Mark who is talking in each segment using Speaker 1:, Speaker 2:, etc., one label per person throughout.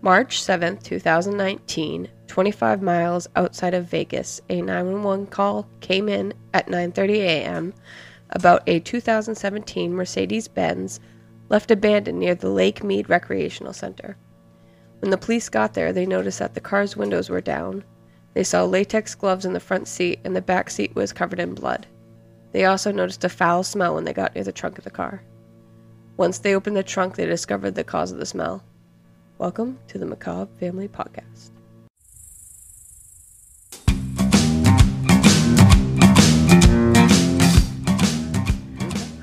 Speaker 1: March 7, 2019, 25 miles outside of Vegas, a 911 call came in at 9:30 a.m. about a 2017 Mercedes-Benz left abandoned near the Lake Mead Recreational Center. When the police got there, they noticed that the car's windows were down. They saw latex gloves in the front seat and the back seat was covered in blood. They also noticed a foul smell when they got near the trunk of the car. Once they opened the trunk, they discovered the cause of the smell. Welcome to the Macabre Family Podcast.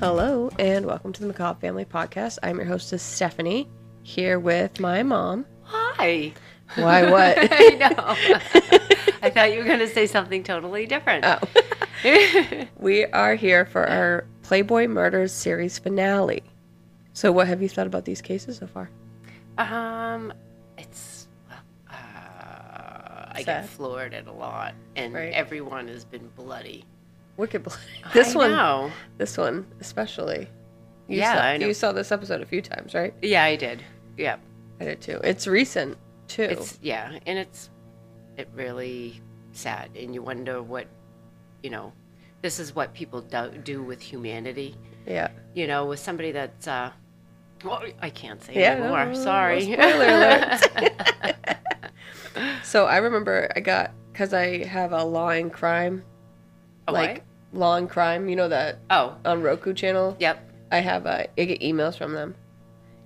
Speaker 1: Hello, and welcome to the Macabre Family Podcast. I'm your hostess, Stephanie, here with my mom.
Speaker 2: Why?
Speaker 1: Why what?
Speaker 2: I know. I thought you were going to say something totally different.
Speaker 1: oh. We are here for our Playboy Murders series finale. So, what have you thought about these cases so far?
Speaker 2: um, it's. Uh, I
Speaker 1: Sad.
Speaker 2: get floored at a lot, and
Speaker 1: Right.
Speaker 2: everyone has been bloody.
Speaker 1: Wicked Blood. This
Speaker 2: I
Speaker 1: one,
Speaker 2: know.
Speaker 1: this one especially. You
Speaker 2: Yeah,
Speaker 1: saw,
Speaker 2: I know.
Speaker 1: you saw this episode a few times, right?
Speaker 2: Yeah, I did. Yeah,
Speaker 1: I did too. It's recent too.
Speaker 2: it's yeah, and it's it really sad, and you wonder what you know. This is what people do, do with humanity.
Speaker 1: yeah.
Speaker 2: You know, with somebody that's. Uh, well, I can't say
Speaker 1: Yeah,
Speaker 2: anymore.
Speaker 1: no, no, no,
Speaker 2: Sorry.
Speaker 1: spoiler alert. So I remember I got because I have a law and crime,
Speaker 2: A
Speaker 1: like law and crime. You know that
Speaker 2: oh,
Speaker 1: on Roku channel.
Speaker 2: yep.
Speaker 1: I have uh, I get emails from them,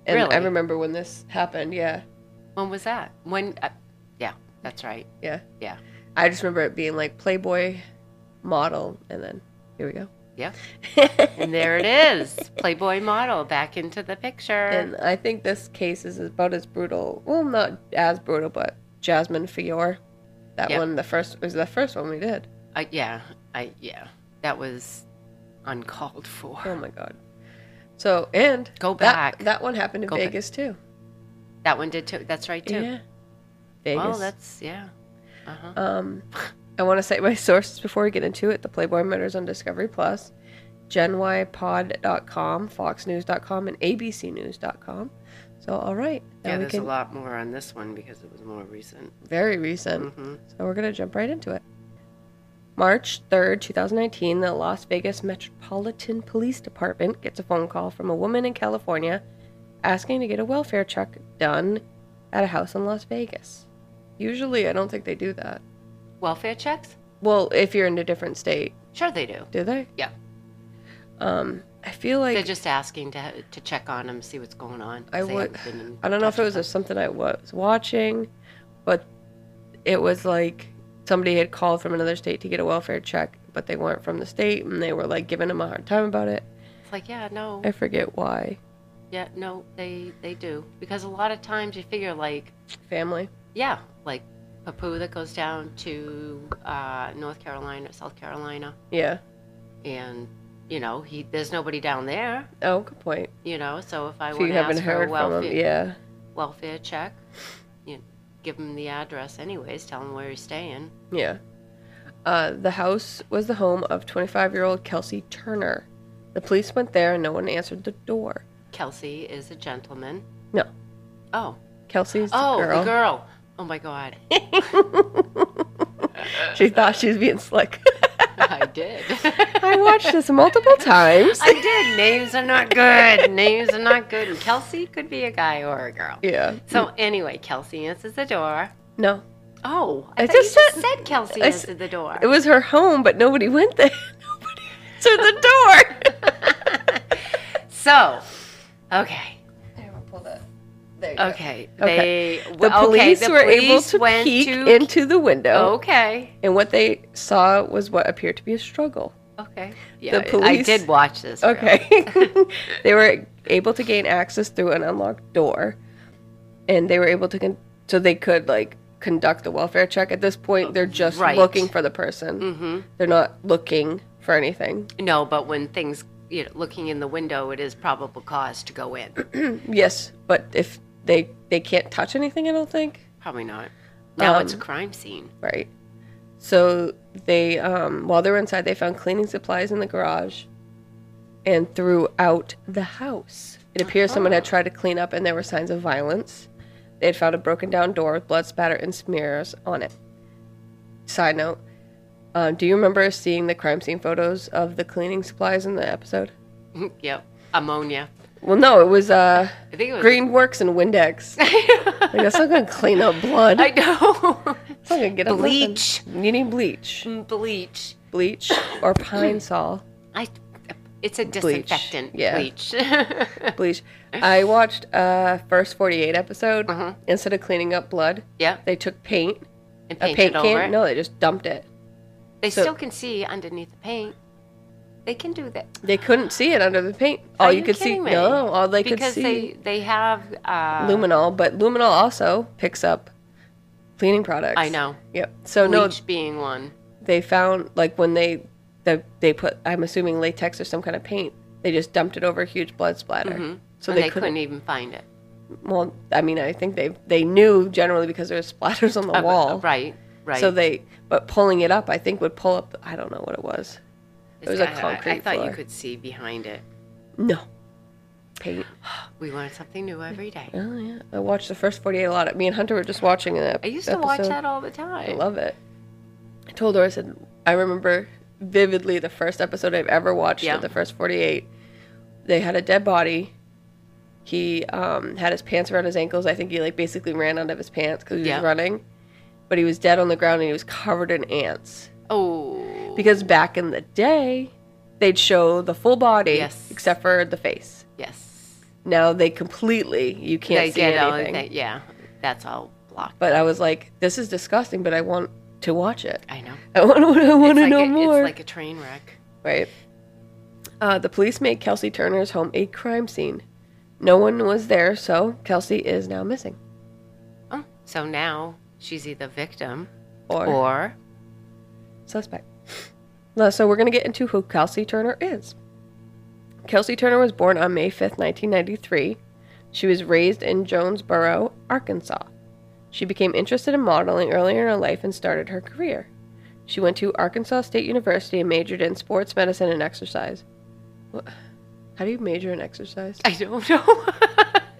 Speaker 1: and I
Speaker 2: Really?
Speaker 1: remember when this happened. Yeah,
Speaker 2: When was that? When? Uh, yeah, that's right.
Speaker 1: yeah.
Speaker 2: Yeah,
Speaker 1: I just remember it being like Playboy model, and then here we go.
Speaker 2: yeah. And there it is, Playboy model back into the picture.
Speaker 1: And I think this case is about as brutal. Well, not as brutal, but Jasmine Fior. That
Speaker 2: Yep.
Speaker 1: one, the first was the first one we did.
Speaker 2: I, yeah, I yeah, that was uncalled
Speaker 1: Oh
Speaker 2: for.
Speaker 1: my god. So and
Speaker 2: Go
Speaker 1: that-
Speaker 2: back.
Speaker 1: That, one happened in
Speaker 2: Go back.
Speaker 1: Vegas too.
Speaker 2: That one did too. That's right too.
Speaker 1: Yeah. Vegas.
Speaker 2: Oh, that's yeah. Uh huh.
Speaker 1: Um, I want to cite my sources before we get into it. The Playboy Murders on Discovery Plus, GenYPod.com, FoxNews.com, and ABCNews.com. So, all right. Now
Speaker 2: Yeah,
Speaker 1: we
Speaker 2: there's
Speaker 1: can,
Speaker 2: a lot more on this one because it was more recent.
Speaker 1: very recent.
Speaker 2: hmm
Speaker 1: So we're going to jump right into it. March 3rd, 2019, the Las Vegas Metropolitan Police Department gets a phone call from a woman in California asking to get a welfare check done at a house in Las Vegas. Usually, I don't think they do that.
Speaker 2: Welfare checks?
Speaker 1: Well, if you're in a different state,
Speaker 2: Sure, they do.
Speaker 1: do they?
Speaker 2: Yeah,
Speaker 1: Um, I feel
Speaker 2: they're
Speaker 1: like
Speaker 2: just asking to to check on them, see what's going on. 'cause
Speaker 1: I
Speaker 2: they
Speaker 1: would.
Speaker 2: haven't been in
Speaker 1: I don't know if
Speaker 2: touch
Speaker 1: it
Speaker 2: with
Speaker 1: was
Speaker 2: them.
Speaker 1: just something I was watching, but it was like somebody had called from another state to get a welfare check, but they weren't from the state, and they were like giving him a hard time about it.
Speaker 2: It's like yeah, no.
Speaker 1: I forget why.
Speaker 2: Yeah, no, they they do because a lot of times you figure like,
Speaker 1: Family.
Speaker 2: yeah, like Papu that goes down to uh, North Carolina, South Carolina,
Speaker 1: Yeah.
Speaker 2: and you know he there's nobody down there,
Speaker 1: Oh, good point.
Speaker 2: you know. So if I
Speaker 1: If
Speaker 2: want
Speaker 1: you
Speaker 2: to
Speaker 1: haven't
Speaker 2: ask for
Speaker 1: heard
Speaker 2: a
Speaker 1: from
Speaker 2: welfare
Speaker 1: him, yeah.
Speaker 2: welfare check, you give him the address anyways, tell him where he's staying.
Speaker 1: Yeah. Uh, the house was the home of 25 year old Kelsey Turner. The police went there and no one answered the door.
Speaker 2: Kelsey is a gentleman.
Speaker 1: No.
Speaker 2: Oh,
Speaker 1: Kelsey's the
Speaker 2: oh,
Speaker 1: girl.
Speaker 2: the girl. Oh my God,
Speaker 1: She thought she was being slick.
Speaker 2: I did.
Speaker 1: I watched this multiple times.
Speaker 2: I did. Names are not good. Names are not good. And Kelsey could be a guy or a girl.
Speaker 1: Yeah.
Speaker 2: So anyway, Kelsey answers the door.
Speaker 1: No.
Speaker 2: Oh, I,
Speaker 1: I
Speaker 2: thought
Speaker 1: just
Speaker 2: you just
Speaker 1: said-
Speaker 2: said Kelsey
Speaker 1: I s-
Speaker 2: answered the door.
Speaker 1: It was her home, but nobody went there. Nobody answered the door.
Speaker 2: so, okay, okay,
Speaker 1: Okay.
Speaker 2: they
Speaker 1: The
Speaker 2: okay,
Speaker 1: police
Speaker 2: the
Speaker 1: were able
Speaker 2: police
Speaker 1: to Oh.
Speaker 2: went
Speaker 1: peek
Speaker 2: to-
Speaker 1: into the window,
Speaker 2: Okay,
Speaker 1: and what they saw was what appeared to be a struggle.
Speaker 2: okay. Yeah, I-
Speaker 1: police-
Speaker 2: I did watch this. really.
Speaker 1: Okay. they were able to gain access through an unlocked door, and they were able to, con- so they could, like, conduct the welfare check. At this point, they're just
Speaker 2: Right.
Speaker 1: looking for the person, they're not looking for anything.
Speaker 2: No, but when things, you know, looking in the window, it is probable cause to go in.
Speaker 1: Yes, but if they they can't touch anything, I don't think.
Speaker 2: Probably not. Now it's a
Speaker 1: Um,
Speaker 2: crime scene.
Speaker 1: Right. So they um while they were inside, they found cleaning supplies in the garage and throughout the house. It appears someone had tried to clean up and there were signs of violence. They had found a broken down door with blood spatter and smears on it. Side note um, Do you remember seeing the crime scene photos of the cleaning supplies in the episode?
Speaker 2: yep. Ammonia.
Speaker 1: Well, no, it was uh,
Speaker 2: I think it was
Speaker 1: Green Works and Windex. like, that's not going to clean up blood.
Speaker 2: I know.
Speaker 1: It's not going to get up nothing.
Speaker 2: Bleach. Mm,
Speaker 1: You need bleach.
Speaker 2: Bleach.
Speaker 1: Bleach or pine sol.
Speaker 2: I. It's a
Speaker 1: Bleach,
Speaker 2: disinfectant.
Speaker 1: yeah.
Speaker 2: Bleach.
Speaker 1: Bleach. I watched uh, first 48 episode.
Speaker 2: Uh-huh.
Speaker 1: Instead of cleaning up blood,
Speaker 2: yep.
Speaker 1: they took paint,
Speaker 2: And
Speaker 1: a
Speaker 2: paint
Speaker 1: paint
Speaker 2: it over.
Speaker 1: can. No, they just dumped it.
Speaker 2: They
Speaker 1: So-
Speaker 2: still can see underneath the paint. They can do that.
Speaker 1: They couldn't see it under the paint. All
Speaker 2: Are
Speaker 1: you,
Speaker 2: you
Speaker 1: could see,
Speaker 2: kidding me?
Speaker 1: no, all they
Speaker 2: because
Speaker 1: could see,
Speaker 2: they they have uh,
Speaker 1: luminol. But luminol also picks up cleaning products.
Speaker 2: I know.
Speaker 1: Yep. So no,
Speaker 2: Bleach being one.
Speaker 1: they found like when they the, they put I'm assuming latex or some kind of paint. They just dumped it over a huge blood splatter. So
Speaker 2: Mm-hmm. and
Speaker 1: they,
Speaker 2: they, couldn't,
Speaker 1: couldn't,
Speaker 2: even find it.
Speaker 1: Well, I mean, I think they they knew generally because there was splatters on the
Speaker 2: Uh,
Speaker 1: wall.
Speaker 2: Right. Right.
Speaker 1: So they, but pulling it up, I think would pull up. I don't know what it was.
Speaker 2: It's
Speaker 1: was a
Speaker 2: kinda- I,
Speaker 1: concrete
Speaker 2: thought
Speaker 1: floor.
Speaker 2: you could see behind it.
Speaker 1: No. Paint.
Speaker 2: We learn something new every day.
Speaker 1: Oh yeah. I watched the first 48 a lot. Me and Hunter were just watching that.
Speaker 2: I used to watch
Speaker 1: episode.
Speaker 2: that all the
Speaker 1: I
Speaker 2: time.
Speaker 1: love it. I told her, I said, I remember vividly the first episode I've ever watched
Speaker 2: Yeah.
Speaker 1: of the first 48. They had a dead body. He um, had his pants around his ankles. I think he like basically ran out of his pants because he
Speaker 2: Yeah.
Speaker 1: was running. But he was dead on the ground and he was covered in ants.
Speaker 2: oh.
Speaker 1: Because back in the day, they'd show the full body
Speaker 2: Yes.
Speaker 1: except for the face.
Speaker 2: yes.
Speaker 1: Now they completely, you can't
Speaker 2: They
Speaker 1: see
Speaker 2: get all of
Speaker 1: anything.
Speaker 2: that- Yeah. That's all blocked.
Speaker 1: But I was like, this is disgusting, but I want to watch it.
Speaker 2: I know.
Speaker 1: I want to, I want
Speaker 2: it's
Speaker 1: to
Speaker 2: like
Speaker 1: know
Speaker 2: a,
Speaker 1: more.
Speaker 2: It's like a train wreck.
Speaker 1: Right. Uh, the police made Kelsey Turner's home a crime scene. No one was there, so Kelsey is now missing.
Speaker 2: Oh, so now she's either victim
Speaker 1: Or,
Speaker 2: or
Speaker 1: suspect. No, so we're going to get into who Kelsey Turner is. Kelsey Turner was born on May 5th, 1993. She was raised in Jonesboro, Arkansas. She became interested in modeling earlier in her life and started her career. She went to Arkansas State University and majored in sports medicine and exercise. What? How do you major in exercise?
Speaker 2: I don't know.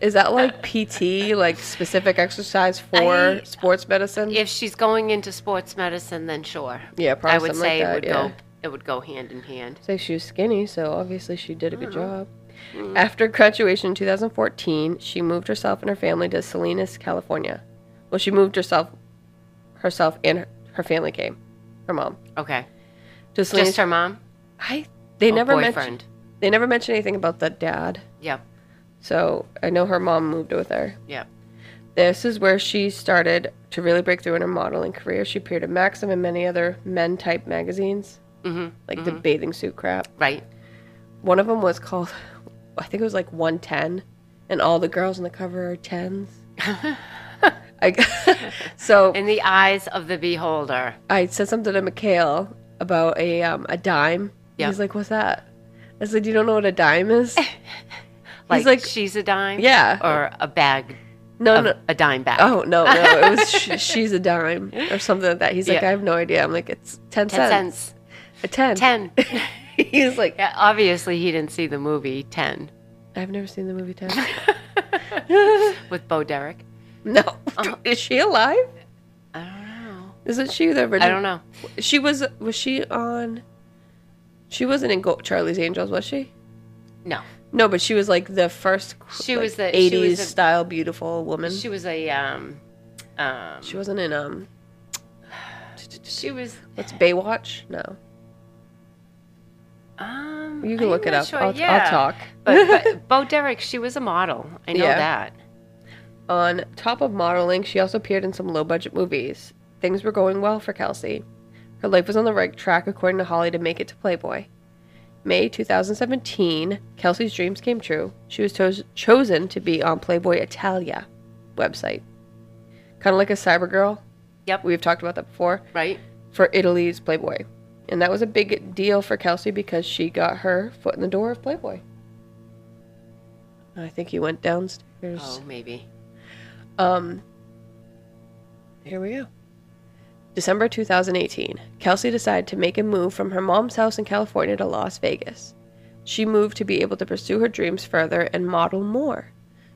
Speaker 1: Is that like PT, like specific exercise for
Speaker 2: Uh, I-
Speaker 1: sports medicine?
Speaker 2: if she's going into sports medicine, then sure.
Speaker 1: Yeah, probably
Speaker 2: I would
Speaker 1: something like
Speaker 2: say
Speaker 1: that,
Speaker 2: it would
Speaker 1: yeah.
Speaker 2: go. It would go hand in hand.
Speaker 1: Say she was skinny, so obviously she did a
Speaker 2: Mm-hmm.
Speaker 1: good job. After graduation in 2014, she moved herself and her family to Salinas, California. Well, she moved herself, herself and her, her family came, her mom
Speaker 2: Okay,
Speaker 1: to Salinas.
Speaker 2: just her mom.
Speaker 1: I they
Speaker 2: or
Speaker 1: never mentioned
Speaker 2: boyfriend.
Speaker 1: they never mentioned anything about the dad,
Speaker 2: Yep,
Speaker 1: so I know her mom moved with her.
Speaker 2: yep.
Speaker 1: This is where she started to really break through in her modeling career. She appeared in Maxim and many other men type magazines,
Speaker 2: hmm
Speaker 1: like the bathing suit crap.
Speaker 2: Right.
Speaker 1: One of them was called, I think it was like 110, and all the girls on the cover are 10s. I, so
Speaker 2: In the eyes of the beholder.
Speaker 1: I said something to Mikhail about a, um, a dime.
Speaker 2: Yeah.
Speaker 1: He's like, What's that? I said, You don't know what a dime is?
Speaker 2: Like,
Speaker 1: like-
Speaker 2: she's a dime.
Speaker 1: Yeah.
Speaker 2: Or a bag.
Speaker 1: No,
Speaker 2: A,
Speaker 1: no.
Speaker 2: a dime bag.
Speaker 1: Oh no, no! It was sh- she's a dime or something like that. He's like,
Speaker 2: Yeah.
Speaker 1: I have no idea. I'm like, it's ten,
Speaker 2: Ten
Speaker 1: cents.
Speaker 2: cents.
Speaker 1: A ten.
Speaker 2: Ten.
Speaker 1: He's like,
Speaker 2: yeah, obviously, he didn't see the movie Ten
Speaker 1: I've never seen the movie Ten.
Speaker 2: with Bo Derek.
Speaker 1: no,
Speaker 2: Uh-huh.
Speaker 1: is she alive?
Speaker 2: I don't know.
Speaker 1: Isn't she the
Speaker 2: I
Speaker 1: original?
Speaker 2: don't know.
Speaker 1: She was. Was she on? She wasn't in Go- Charlie's Angels, was she?
Speaker 2: No.
Speaker 1: No, but she was like the first. cr-
Speaker 2: She
Speaker 1: like,
Speaker 2: was the- she
Speaker 1: '80s
Speaker 2: was a-
Speaker 1: style beautiful woman.
Speaker 2: She
Speaker 1: She,
Speaker 2: was a um, um. She was.
Speaker 1: wasn't in um. What's Baywatch? No,
Speaker 2: um.
Speaker 1: you can
Speaker 2: I'm
Speaker 1: look it
Speaker 2: not
Speaker 1: up.
Speaker 2: sure.
Speaker 1: I'll,
Speaker 2: yeah.
Speaker 1: I'll talk.
Speaker 2: but, but Bo Derek, she was a model. I know
Speaker 1: Yeah.
Speaker 2: that.
Speaker 1: On top of modeling, she also appeared in some low budget movies. Things were going well for Kelsey. Her life was on the right track, according to Holly, to make it to Playboy. May 2017, Kelsey's dreams came true. She was cho- chosen to be on Playboy Italia website. Kind of like a cyber girl.
Speaker 2: Yep.
Speaker 1: We've talked about that before.
Speaker 2: Right?
Speaker 1: For Italy's Playboy. And that was a big deal for Kelsey because she got her foot in the door of Playboy. I think he went downstairs.
Speaker 2: Oh, maybe.
Speaker 1: Um, here we go. December 2018, Kelsey decided to make a move from her mom's house in California to Las Vegas. She moved to be able to pursue her dreams further and model more.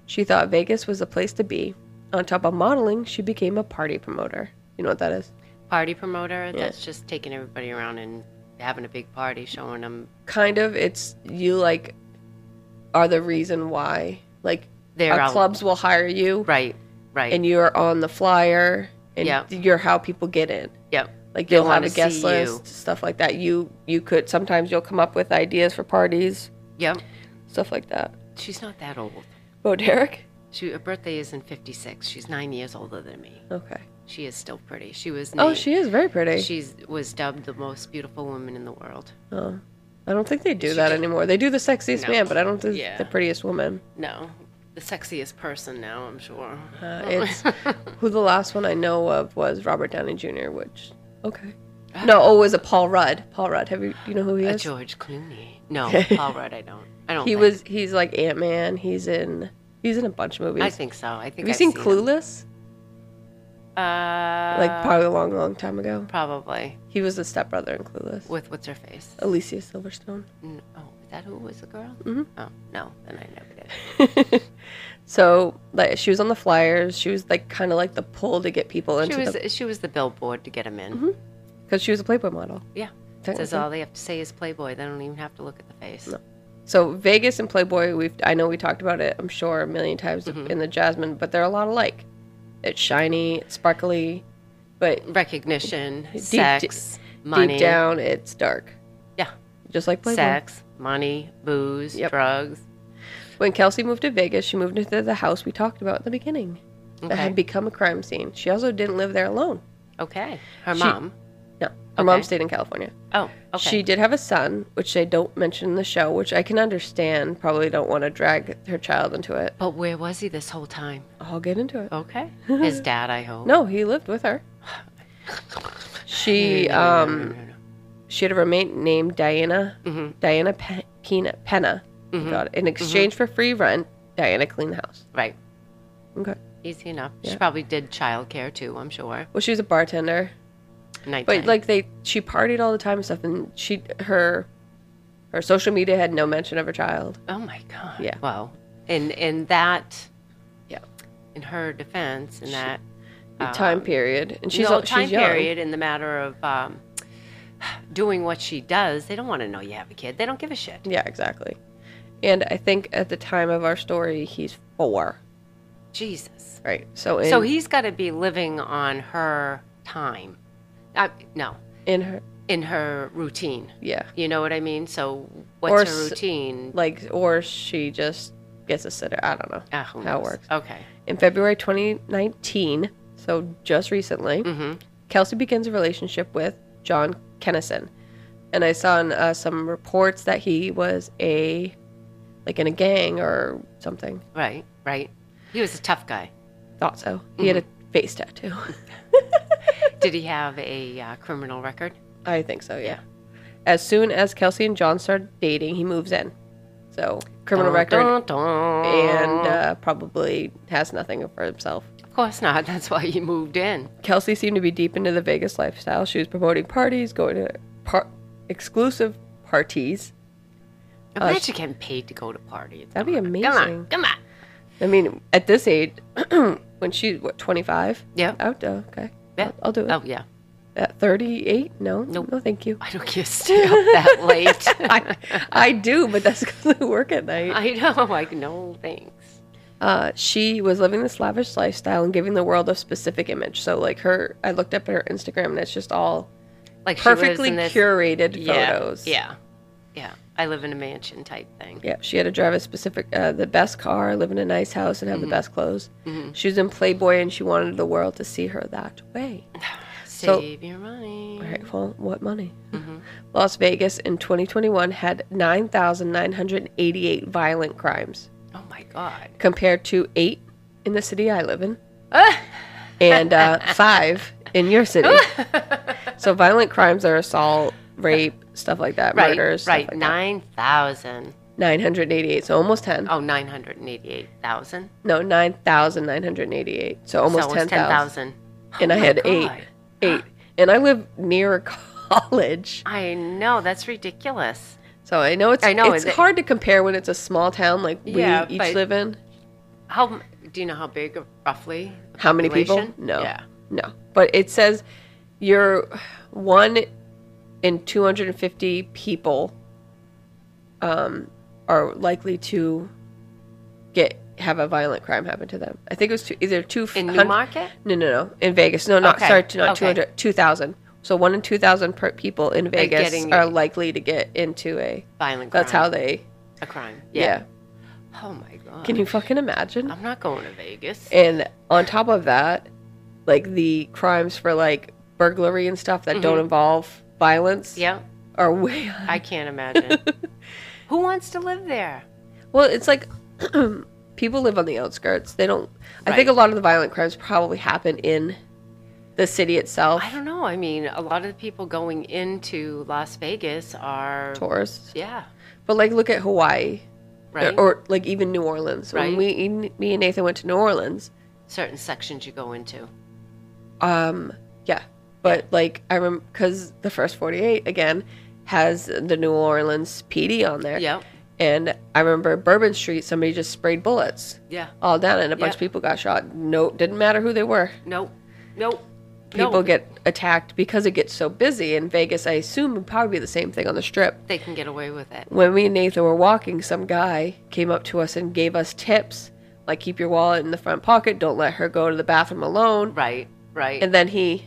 Speaker 1: She thought Vegas was the place to be, On top of modeling, she became a party promoter. You know what that is?
Speaker 2: Party promoter, that's just taking everybody around and having a big party, showing them
Speaker 1: Kind of. It's you like are the reason why like
Speaker 2: they're
Speaker 1: our
Speaker 2: out.
Speaker 1: clubs will hire you,
Speaker 2: Right, right.
Speaker 1: and you're on the flyer, and
Speaker 2: Yeah.
Speaker 1: you're how people get in.
Speaker 2: yep.
Speaker 1: Like
Speaker 2: They
Speaker 1: you'll have
Speaker 2: wanna
Speaker 1: a guest
Speaker 2: see you.
Speaker 1: list, stuff like that. You you could sometimes you'll come up with ideas for parties,
Speaker 2: Yep.
Speaker 1: stuff like that.
Speaker 2: She's not that old.
Speaker 1: Bo Derek?
Speaker 2: She, her birthday is in 56. She's nine years older than me.
Speaker 1: Okay.
Speaker 2: She is still pretty. She was.
Speaker 1: Oh,
Speaker 2: named-
Speaker 1: she is very pretty.
Speaker 2: She's was dubbed the most beautiful woman in the world.
Speaker 1: oh. I don't think they do
Speaker 2: She
Speaker 1: that
Speaker 2: did-
Speaker 1: anymore. They do the sexiest
Speaker 2: No.
Speaker 1: man, but I don't think
Speaker 2: Yeah.
Speaker 1: the prettiest woman.
Speaker 2: No, the sexiest person now, I'm sure.
Speaker 1: Uh, it's who the last one I know of was Robert Downey Jr., which okay. No, oh, it was a Paul Rudd. Paul Rudd. Have you you know who he
Speaker 2: Ah. a
Speaker 1: is?
Speaker 2: George Clooney. No, Paul Rudd. I don't. I don't.
Speaker 1: He
Speaker 2: think.
Speaker 1: was he's like Ant Man. He's in he's in a bunch of movies.
Speaker 2: I think so. I
Speaker 1: Have
Speaker 2: think.
Speaker 1: you
Speaker 2: I've
Speaker 1: seen,
Speaker 2: him.
Speaker 1: Clueless?
Speaker 2: Uh,
Speaker 1: like probably a long, long time ago.
Speaker 2: probably
Speaker 1: He was the stepbrother in Clueless.
Speaker 2: with what's her face.
Speaker 1: Alicia Silverstone.
Speaker 2: N- Oh, is that who was the girl?
Speaker 1: Mhm.
Speaker 2: Oh no, then I never did.
Speaker 1: so like she was on the flyers. She was like kind of like the pull to get people
Speaker 2: She
Speaker 1: into
Speaker 2: was
Speaker 1: the Mm-hmm.
Speaker 2: she was the billboard to get him in.
Speaker 1: because she was a Playboy model.
Speaker 2: Yeah, says
Speaker 1: technically.
Speaker 2: all they have to say is Playboy. They don't even have to look at the face.
Speaker 1: No. So Vegas and Playboy, we've I know we talked about it. I'm sure a million times
Speaker 2: Mm-hmm.
Speaker 1: in the Jasmine, but they're a lot alike. It's shiny, it's sparkly, but
Speaker 2: Recognition,
Speaker 1: Deep-
Speaker 2: sex, money,
Speaker 1: deep down it's dark,
Speaker 2: yeah,
Speaker 1: just like Playboy.
Speaker 2: sex, money, booze,
Speaker 1: Yep.
Speaker 2: drugs.
Speaker 1: When Kelsey moved to Vegas, she moved into the house we talked about at the beginning that
Speaker 2: Okay.
Speaker 1: had become a crime scene. She also didn't live there alone.
Speaker 2: Okay, her
Speaker 1: She-
Speaker 2: mom.
Speaker 1: No, her mom
Speaker 2: Okay.
Speaker 1: stayed in California.
Speaker 2: Oh, okay.
Speaker 1: She did have a son, which they don't mention in the show, which I can understand. Probably don't want to drag her child into it.
Speaker 2: but where was he this whole time?
Speaker 1: I'll get into it.
Speaker 2: Okay, his dad. I hope.
Speaker 1: No, he lived with her. She um she had a roommate named Diana
Speaker 2: Mm-hmm.
Speaker 1: Diana Pe- Pena Penna. God, in exchange
Speaker 2: Mm-hmm.
Speaker 1: for free rent, Diana cleaned the house.
Speaker 2: Right.
Speaker 1: Okay.
Speaker 2: Easy enough. She probably did childcare too. I'm sure.
Speaker 1: Well, she was a bartender,
Speaker 2: Nighttime.
Speaker 1: but like they, she partied all the time and stuff, and she her her social media had no mention of her child.
Speaker 2: Oh my god.
Speaker 1: Yeah.
Speaker 2: Wow. And and that
Speaker 1: Yeah,
Speaker 2: in her defense in that
Speaker 1: time period, and she's
Speaker 2: Um, no,
Speaker 1: all- she's
Speaker 2: time
Speaker 1: young.
Speaker 2: period in the matter of um, doing what she does, they don't want to know you have a kid. They don't give a shit.
Speaker 1: Yeah, exactly. And I think at the time of our story, he's four.
Speaker 2: Jesus.
Speaker 1: Right. So in
Speaker 2: so he's got to be living on her time. Uh, no,
Speaker 1: in her
Speaker 2: in her routine.
Speaker 1: yeah,
Speaker 2: You know what I mean? So
Speaker 1: Or
Speaker 2: what's her
Speaker 1: s-
Speaker 2: routine?
Speaker 1: like or she just gets a sitter. I don't know
Speaker 2: Ah, who
Speaker 1: how it
Speaker 2: knows?
Speaker 1: works.
Speaker 2: Okay.
Speaker 1: In February 2019, so just recently,
Speaker 2: Mm. Mm-hmm.
Speaker 1: Kelsey begins a relationship with John Kennison, and I saw in uh, some reports that he was a like in a gang or something.
Speaker 2: Right. Right. He was a tough guy.
Speaker 1: Thought so. He had a face tattoo.
Speaker 2: Did he have a uh, criminal record?
Speaker 1: I think so. Yeah.
Speaker 2: Yeah.
Speaker 1: As soon as Kelsey and John start dating, he moves in. So criminal record
Speaker 2: Dun, dun.
Speaker 1: and uh, probably has nothing for himself.
Speaker 2: Of course not. That's why he moved in.
Speaker 1: Kelsey seemed to be deep into the Vegas lifestyle. She was promoting parties, going to par- exclusive parties.
Speaker 2: Imagine getting paid to go to parties.
Speaker 1: Oh, That'd be
Speaker 2: Come
Speaker 1: amazing.
Speaker 2: on, come on.
Speaker 1: I mean, at this age, when she's what twenty five?
Speaker 2: Yeah.
Speaker 1: Out. uh, Okay.
Speaker 2: Yeah.
Speaker 1: I'll, I'll do it.
Speaker 2: Oh yeah,
Speaker 1: At thirty eight? No.
Speaker 2: Nope.
Speaker 1: No, thank you.
Speaker 2: I don't get to stay up that late.
Speaker 1: I, I do, but that's because I work at night.
Speaker 2: I know, like no thanks.
Speaker 1: uh, she was living this lavish lifestyle and giving the world a specific image. So, like her, I looked up at her Instagram, and it's just all
Speaker 2: Like she lives
Speaker 1: perfectly
Speaker 2: in this-
Speaker 1: curated
Speaker 2: yeah,
Speaker 1: photos.
Speaker 2: Yeah, yeah. I live in a mansion type thing.
Speaker 1: yeah. She had to drive a specific, uh, the best car, live in a nice house, and have
Speaker 2: Mm-hmm.
Speaker 1: the best clothes. She was in Playboy, and she wanted the world to see her that way. So-
Speaker 2: Save your money.
Speaker 1: All right. Well, what money?
Speaker 2: Mm-hmm.
Speaker 1: Las Vegas in 2021 had 9,988 violent crimes.
Speaker 2: Oh my god.
Speaker 1: compared to eight in the city I live in, and uh, five in your city. so violent crimes are assault, rape, stuff like that,
Speaker 2: Right,
Speaker 1: murders,
Speaker 2: right.
Speaker 1: stuff like
Speaker 2: Nine thousand.
Speaker 1: nine hundred eighty-eight. So almost ten.
Speaker 2: Oh, nine hundred and eighty-eight thousand.
Speaker 1: No, nine thousand nine hundred eighty-eight. So almost
Speaker 2: so
Speaker 1: ten thousand.
Speaker 2: Oh
Speaker 1: And I
Speaker 2: my
Speaker 1: had
Speaker 2: God.
Speaker 1: eight, eight, and I live near a college,
Speaker 2: I know that's ridiculous.
Speaker 1: so I know it's
Speaker 2: I know,
Speaker 1: it's
Speaker 2: and they-
Speaker 1: hard to compare when it's a small town like we
Speaker 2: Yeah,
Speaker 1: each
Speaker 2: but-
Speaker 1: live in.
Speaker 2: How m- do you know how big, roughly,
Speaker 1: How many people?
Speaker 2: population?
Speaker 1: No.
Speaker 2: Yeah.
Speaker 1: No, but it says you're one in 250 people um, are likely to get have a violent crime happen to them. I think it was two, either two
Speaker 2: In
Speaker 1: hun-
Speaker 2: Newmarket?
Speaker 1: No, no, no. In Vegas. No, not
Speaker 2: Okay,
Speaker 1: sorry, t- not
Speaker 2: okay.
Speaker 1: 200 2000. So one in 2000 per people in Vegas
Speaker 2: getting-
Speaker 1: are likely to get into a
Speaker 2: Violent crime.
Speaker 1: That's how they
Speaker 2: A crime.
Speaker 1: yeah.
Speaker 2: Oh my god.
Speaker 1: Can you fucking imagine?
Speaker 2: I'm not going to Vegas.
Speaker 1: And on top of that, like the crimes for like burglary and stuff that
Speaker 2: Mm-hmm.
Speaker 1: don't involve violence
Speaker 2: yeah.
Speaker 1: are way high.
Speaker 2: I can't imagine. Who wants to live there?
Speaker 1: Well, it's like people live on the outskirts. They don't. I think
Speaker 2: Right.
Speaker 1: a lot of the violent crimes probably happen in the city itself.
Speaker 2: I don't know. I mean, a lot of the people going into Las Vegas are
Speaker 1: Tourists,
Speaker 2: yeah,
Speaker 1: but like look at Hawaii
Speaker 2: right.
Speaker 1: or, or, like even New Orleans. When
Speaker 2: Right.
Speaker 1: we e, me and Nathan went to New Orleans,
Speaker 2: Certain sections you go into.
Speaker 1: Um, yeah, but like I remember because the first forty eight again has the New Orleans PD on there.
Speaker 2: Yep.
Speaker 1: and I remember Bourbon Street, somebody just sprayed bullets
Speaker 2: Yeah.
Speaker 1: all down, and a bunch
Speaker 2: Yeah.
Speaker 1: of people got shot. No, didn't matter who they were.
Speaker 2: Nope. Nope.
Speaker 1: People
Speaker 2: no.
Speaker 1: get attacked because it gets so busy in Vegas. I assume would probably be the same thing on the Strip.
Speaker 2: they can get away with it.
Speaker 1: When me and Nathan were walking, some guy came up to us and gave us tips like keep your wallet in the front pocket, don't let her go to the bathroom alone,
Speaker 2: Right. Right.
Speaker 1: And then he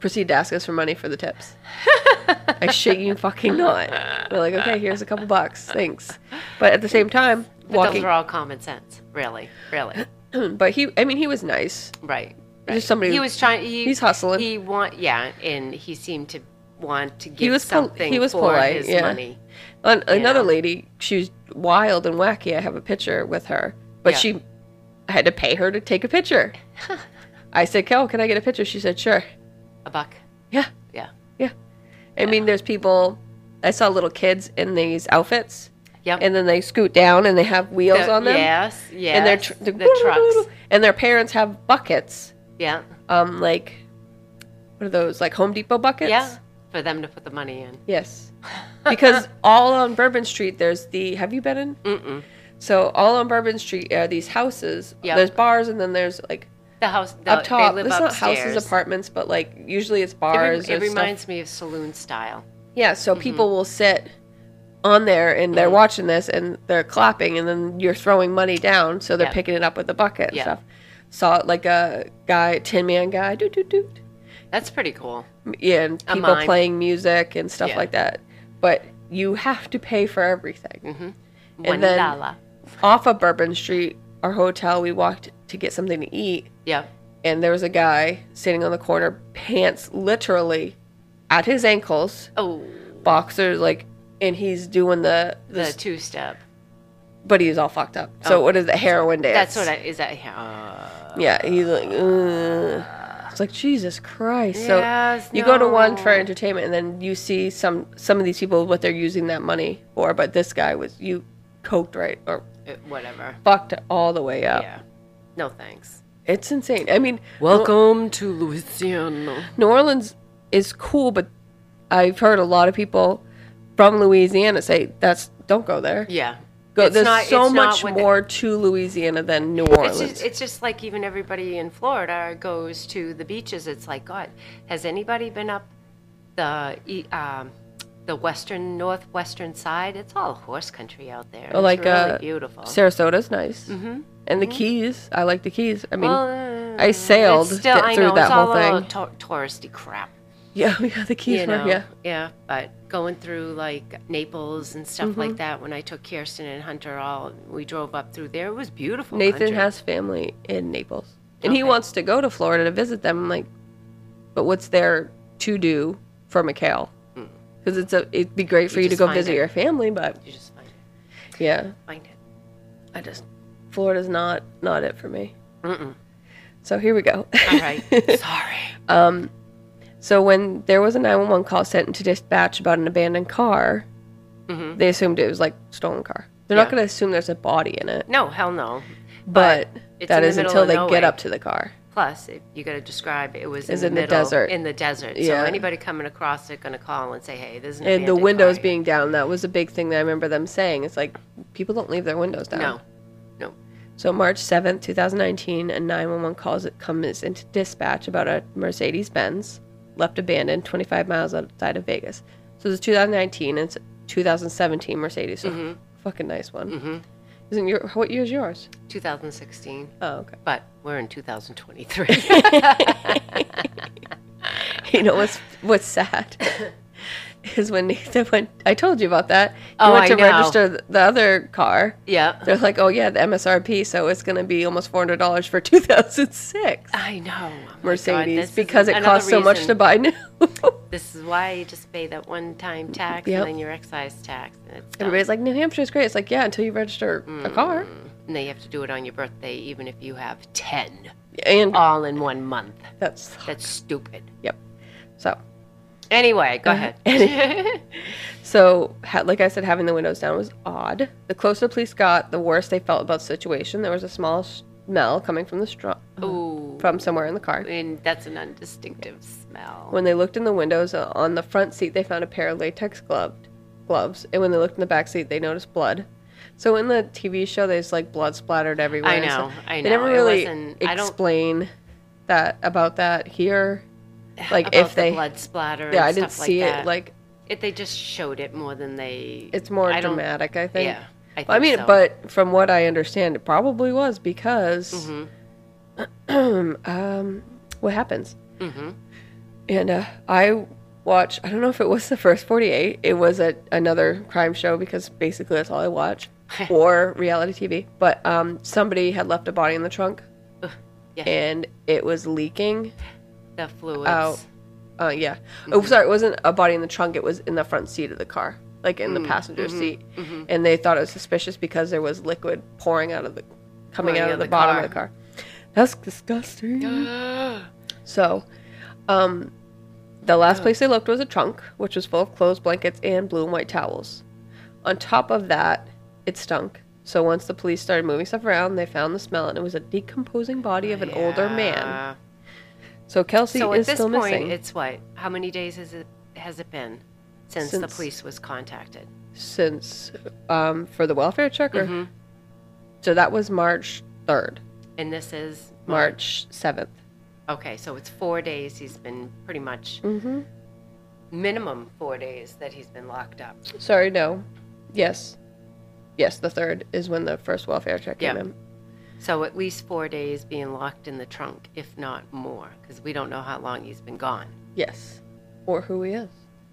Speaker 1: proceeded to ask us for money for the tips. I shit you fucking not. We're like, okay, here's a couple bucks, thanks. But at the same time,
Speaker 2: but
Speaker 1: walking.
Speaker 2: those are all common sense. Really. Really.
Speaker 1: But he, I mean, he was nice.
Speaker 2: Right.
Speaker 1: He's
Speaker 2: right.
Speaker 1: just somebody-
Speaker 2: He was trying. He,
Speaker 1: he's hustling.
Speaker 2: He want. Yeah, and he seemed to want to give
Speaker 1: was pol-
Speaker 2: something
Speaker 1: he was
Speaker 2: for
Speaker 1: polite,
Speaker 2: his
Speaker 1: yeah.
Speaker 2: money.
Speaker 1: An- another
Speaker 2: Yeah.
Speaker 1: lady, she was wild and wacky. I have a picture with her, but
Speaker 2: Yeah.
Speaker 1: she, I had to pay her to take a picture. I said, "Kel, can I get a picture?" She said, "Sure."
Speaker 2: A buck.
Speaker 1: Yeah,
Speaker 2: Yeah.
Speaker 1: yeah. I mean, there's people. I saw little kids in these outfits,
Speaker 2: Yep.
Speaker 1: and then they scoot down and they have wheels
Speaker 2: The-
Speaker 1: on them.
Speaker 2: Yes. Yes.
Speaker 1: and their tr-
Speaker 2: the, trucks.
Speaker 1: and their parents have buckets
Speaker 2: Yeah.
Speaker 1: um like what are those like home depot buckets
Speaker 2: Yeah. For them to put the money in.
Speaker 1: yes because all on bourbon street there's the have you been in
Speaker 2: Mm-mm.
Speaker 1: so all on bourbon street are these houses
Speaker 2: Yeah.
Speaker 1: there's bars and then there's like
Speaker 2: The house. The,
Speaker 1: up top
Speaker 2: They
Speaker 1: there's
Speaker 2: live
Speaker 1: not
Speaker 2: upstairs.
Speaker 1: houses apartments but like usually it's
Speaker 2: It,
Speaker 1: bars
Speaker 2: rem- it
Speaker 1: or stuff.
Speaker 2: reminds Mm-hmm. me of saloon style.
Speaker 1: yeah so people will sit on there and
Speaker 2: Mm-hmm.
Speaker 1: they're watching this and they're clapping and then you're throwing money down so they're
Speaker 2: Yeah.
Speaker 1: picking it up with a bucket and
Speaker 2: Yeah.
Speaker 1: stuff saw like a guy tin man guy doot doot doot
Speaker 2: That's pretty cool.
Speaker 1: yeah, and
Speaker 2: A
Speaker 1: people
Speaker 2: mime.
Speaker 1: playing music and stuff
Speaker 2: Yeah.
Speaker 1: like that. But you have to pay for everything.
Speaker 2: One
Speaker 1: then-
Speaker 2: dollar.
Speaker 1: Off of Bourbon Street, our hotel, we walked to get something to eat,
Speaker 2: Yep.
Speaker 1: and there was a guy sitting on the corner, pants literally at his ankles,
Speaker 2: Oh,
Speaker 1: boxers like, and he's doing the
Speaker 2: the
Speaker 1: this,
Speaker 2: two step.
Speaker 1: but he's all fucked up. So what is the heroin dance?
Speaker 2: That's what I is that. Uh,
Speaker 1: Yeah, he's like, Ugh. it's like Jesus Christ.
Speaker 2: Yes,
Speaker 1: so you go to one for
Speaker 2: no.
Speaker 1: entertainment, and then you see some some of these people what they're using that money for. But this guy was you coked right or
Speaker 2: uh, whatever.
Speaker 1: fucked all the way up.
Speaker 2: Yeah. No thanks.
Speaker 1: It's insane. I mean,
Speaker 2: Welcome to Louisiana.
Speaker 1: New Orleans is cool, but I've heard a lot of people from Louisiana say that's don't go there.
Speaker 2: Yeah.
Speaker 1: Go,
Speaker 2: It's
Speaker 1: there's
Speaker 2: not-
Speaker 1: so
Speaker 2: it's not
Speaker 1: much
Speaker 2: what-
Speaker 1: more to Louisiana than New Orleans.
Speaker 2: It's just, it's just like even everybody in Florida goes to the beaches. It's like, God, has anybody been up the e- um, the western, northwestern side? It's all horse country out there.
Speaker 1: Or like
Speaker 2: it's really
Speaker 1: uh,
Speaker 2: beautiful.
Speaker 1: Sarasota's nice, mm-hmm. and the Keys. I like the Keys. I mean,
Speaker 2: Well,
Speaker 1: I sailed
Speaker 2: it's still,
Speaker 1: th-
Speaker 2: I
Speaker 1: through
Speaker 2: know,
Speaker 1: that
Speaker 2: it's
Speaker 1: whole
Speaker 2: all a
Speaker 1: thing.
Speaker 2: to- touristy crap.
Speaker 1: Yeah, yeah, the Keys.
Speaker 2: you
Speaker 1: were-
Speaker 2: know,
Speaker 1: yeah,
Speaker 2: But going through like Naples and stuff
Speaker 1: Mm-hmm.
Speaker 2: like that, when I took Kirsten and Hunter, all we drove up through there. It was beautiful.
Speaker 1: Nathan
Speaker 2: country.
Speaker 1: has family in Naples, and he
Speaker 2: Okay.
Speaker 1: wants to go to Florida to visit them. I'm like, but what's there to do for McHale? Because it's a it'd be great for
Speaker 2: Hmm. You
Speaker 1: you, to
Speaker 2: just
Speaker 1: go
Speaker 2: find
Speaker 1: visit
Speaker 2: it.
Speaker 1: your family, but
Speaker 2: You just find it.
Speaker 1: yeah,
Speaker 2: Find it.
Speaker 1: I just Florida's not not it for me.
Speaker 2: Mm-mm.
Speaker 1: So here we go.
Speaker 2: All right. Sorry.
Speaker 1: So when there was a 911 call sent into dispatch about an abandoned car, they assumed it was like stolen car. They're not
Speaker 2: Mm-hmm. Yeah.
Speaker 1: going to assume there's a body in it,
Speaker 2: No, hell no.
Speaker 1: but
Speaker 2: it's
Speaker 1: that
Speaker 2: in the
Speaker 1: is
Speaker 2: middle
Speaker 1: until
Speaker 2: of
Speaker 1: they get
Speaker 2: nowhere.
Speaker 1: up to the car.
Speaker 2: Plus, if you got to describe it was
Speaker 1: It's
Speaker 2: in,
Speaker 1: in the
Speaker 2: the, middle,
Speaker 1: desert.
Speaker 2: In the desert.
Speaker 1: Yeah.
Speaker 2: So anybody coming across it going to call and say, "Hey, there's an
Speaker 1: And the
Speaker 2: abandoned
Speaker 1: windows
Speaker 2: car here."
Speaker 1: being down, that was a big thing that I remember them saying. It's like people don't leave their windows down.
Speaker 2: no, no.
Speaker 1: So March 7th, 2019, a 911 calls comes into dispatch about a Mercedes Benz left abandoned 25 miles outside of Vegas. So it's 2019 and it's 2017 Mercedes. So
Speaker 2: Mm-hmm.
Speaker 1: fucking nice one. Isn't your what year's yours?
Speaker 2: 2016,
Speaker 1: Oh, okay.
Speaker 2: but we're in 2023.
Speaker 1: You know what's what's sad is when Nathan went. I told you about that. He
Speaker 2: Oh,
Speaker 1: went
Speaker 2: I
Speaker 1: to
Speaker 2: know.
Speaker 1: register the, the other car.
Speaker 2: yeah.
Speaker 1: They're like, oh yeah, the MSRP, so it's going to be almost four hundred dollars for two thousand six
Speaker 2: I know. Oh my God,
Speaker 1: Mercedes
Speaker 2: this is
Speaker 1: because it
Speaker 2: another
Speaker 1: costs so much to
Speaker 2: reason-
Speaker 1: buy new.
Speaker 2: This is why you just pay that one-time tax
Speaker 1: Yep.
Speaker 2: and then your excise tax, and it's done.
Speaker 1: Everybody's like, New Hampshire's great. It's like, yeah, until you register
Speaker 2: Mm.
Speaker 1: a car,
Speaker 2: and they have to do it on your birthday, even if you have ten
Speaker 1: and
Speaker 2: all in one month.
Speaker 1: that's
Speaker 2: That's stupid.
Speaker 1: yep. So
Speaker 2: Anyway, go ahead.
Speaker 1: So, ha- like I said, having the windows down was odd. The closer the police got, the worse they felt about the situation. There was a small smell coming from the str-
Speaker 2: Ooh,
Speaker 1: from somewhere in the car.
Speaker 2: and that's an undistinctive smell.
Speaker 1: When they looked in the windows uh, on the front seat, they found a pair of latex gloved gloves, and when they looked in the back seat, they noticed blood. So in the TV show, there's like blood splattered everywhere.
Speaker 2: I
Speaker 1: and
Speaker 2: know,
Speaker 1: stuff.
Speaker 2: I
Speaker 1: They
Speaker 2: know.
Speaker 1: never
Speaker 2: It
Speaker 1: really
Speaker 2: wasn't- I don't-
Speaker 1: explain that about that here. Like
Speaker 2: About
Speaker 1: if
Speaker 2: the
Speaker 1: they,
Speaker 2: blood splatter. and
Speaker 1: yeah, I didn't
Speaker 2: stuff
Speaker 1: see
Speaker 2: like that.
Speaker 1: it. Like
Speaker 2: It- they just showed it more than they.
Speaker 1: it's more
Speaker 2: I don't-
Speaker 1: dramatic, I think.
Speaker 2: Yeah, I,
Speaker 1: Well, I mean,
Speaker 2: think so.
Speaker 1: but from what I understand, it probably was because
Speaker 2: Mm-hmm.
Speaker 1: um, what happens. And uh, I watch. I don't know if it was the first forty-eight. It was a, another crime show because basically that's all I watch, or reality TV. But um, somebody had left a body in the trunk,
Speaker 2: yeah.
Speaker 1: and it was leaking
Speaker 2: the fluids.
Speaker 1: out. Uh, yeah.
Speaker 2: Mm-hmm.
Speaker 1: Oh, sorry. It wasn't a body in the trunk. It was in the front seat of the car, like in
Speaker 2: Mm,
Speaker 1: the passenger
Speaker 2: mm-hmm,
Speaker 1: seat. And they thought it was suspicious because there was liquid pouring out of the, coming
Speaker 2: Pouring
Speaker 1: out of the, bottom of the car. That's disgusting. so, um, the last place they looked was a trunk, which was full of clothes, blankets, and blue and white towels. On top of that, it stunk. So once the police started moving stuff around, they found the smell, and it was a decomposing body of an older man.
Speaker 2: Yeah.
Speaker 1: So Kelsey
Speaker 2: So
Speaker 1: is
Speaker 2: at this
Speaker 1: still
Speaker 2: point,
Speaker 1: missing.
Speaker 2: it's what? How many days has it has it been since, the
Speaker 1: Since-
Speaker 2: police was contacted?
Speaker 1: since um, for the welfare check or
Speaker 2: Mm-hmm.
Speaker 1: so that was march 3rd
Speaker 2: And this is
Speaker 1: march 7th
Speaker 2: okay. So it's four days. He's been pretty much
Speaker 1: mm-hmm.
Speaker 2: minimum four days that he's been locked up.
Speaker 1: sorry no yes yes the 3rd is when the first welfare check
Speaker 2: Yeah.
Speaker 1: came in
Speaker 2: So at least four days being locked in the trunk, if not more, because we don't know how long he's been gone.
Speaker 1: yes or who he is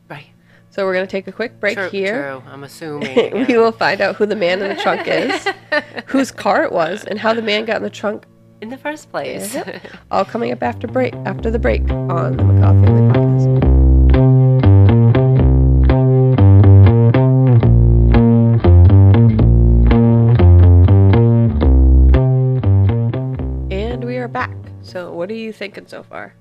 Speaker 2: Right.
Speaker 1: so we're going to take a quick break
Speaker 2: True,
Speaker 1: here
Speaker 2: True. I'm assuming.
Speaker 1: we will find out who the man in the trunk is whose car it was and how the man got in the trunk
Speaker 2: in the first place.
Speaker 1: all coming up after break after the break on the mccaw family podcast And we are back. So, what are you thinking so far?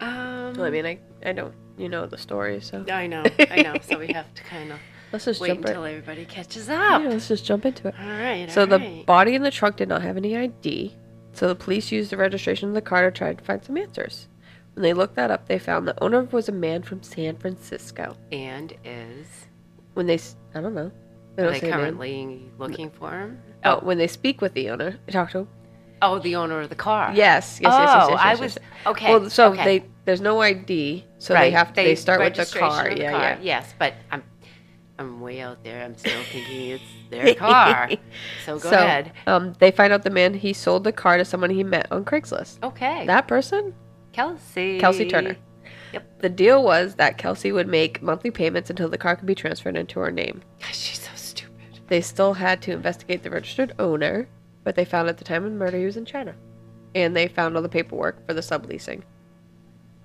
Speaker 2: um,
Speaker 1: Well, I mean, I, I don't, you know, the story, so
Speaker 2: I know. I know. So we have to kind of
Speaker 1: let's just
Speaker 2: wait
Speaker 1: jump right.
Speaker 2: until everybody catches up.
Speaker 1: Yeah, let's just jump into it.
Speaker 2: All right.
Speaker 1: So
Speaker 2: all
Speaker 1: the
Speaker 2: right.
Speaker 1: body in the trunk did not have any ID. So the police used the registration of the car to try to find some answers. When they looked that up, they found the owner was a man from San Francisco.
Speaker 2: and is
Speaker 1: When they, s- I don't know, they
Speaker 2: are
Speaker 1: don't
Speaker 2: they
Speaker 1: say a name.
Speaker 2: currently looking for him?
Speaker 1: Oh, when they speak with the owner, they talk to him.
Speaker 2: Oh, the owner of the car.
Speaker 1: Yes, yes, yes,
Speaker 2: oh,
Speaker 1: yes, yes, yes,
Speaker 2: I
Speaker 1: yes,
Speaker 2: was
Speaker 1: yes.
Speaker 2: okay.
Speaker 1: Well, so
Speaker 2: okay.
Speaker 1: they there's no ID, so they
Speaker 2: Right,
Speaker 1: have to, they, start with the
Speaker 2: registration
Speaker 1: car.
Speaker 2: of the
Speaker 1: yeah,
Speaker 2: car,
Speaker 1: yeah.
Speaker 2: Yes, but I'm I'm way out there. I'm still thinking it's their car. So go
Speaker 1: so
Speaker 2: ahead.
Speaker 1: um, they find out the man he sold the car to someone he met on Craigslist.
Speaker 2: Okay.
Speaker 1: That person
Speaker 2: Kelsey.
Speaker 1: Kelsey Turner.
Speaker 2: Yep.
Speaker 1: The deal was that Kelsey would make monthly payments until the car could be transferred into her name.
Speaker 2: Gosh, she's so stupid.
Speaker 1: They still had to investigate the registered owner, but they found at the time of the murder he was in China. And they found all the paperwork for the subleasing.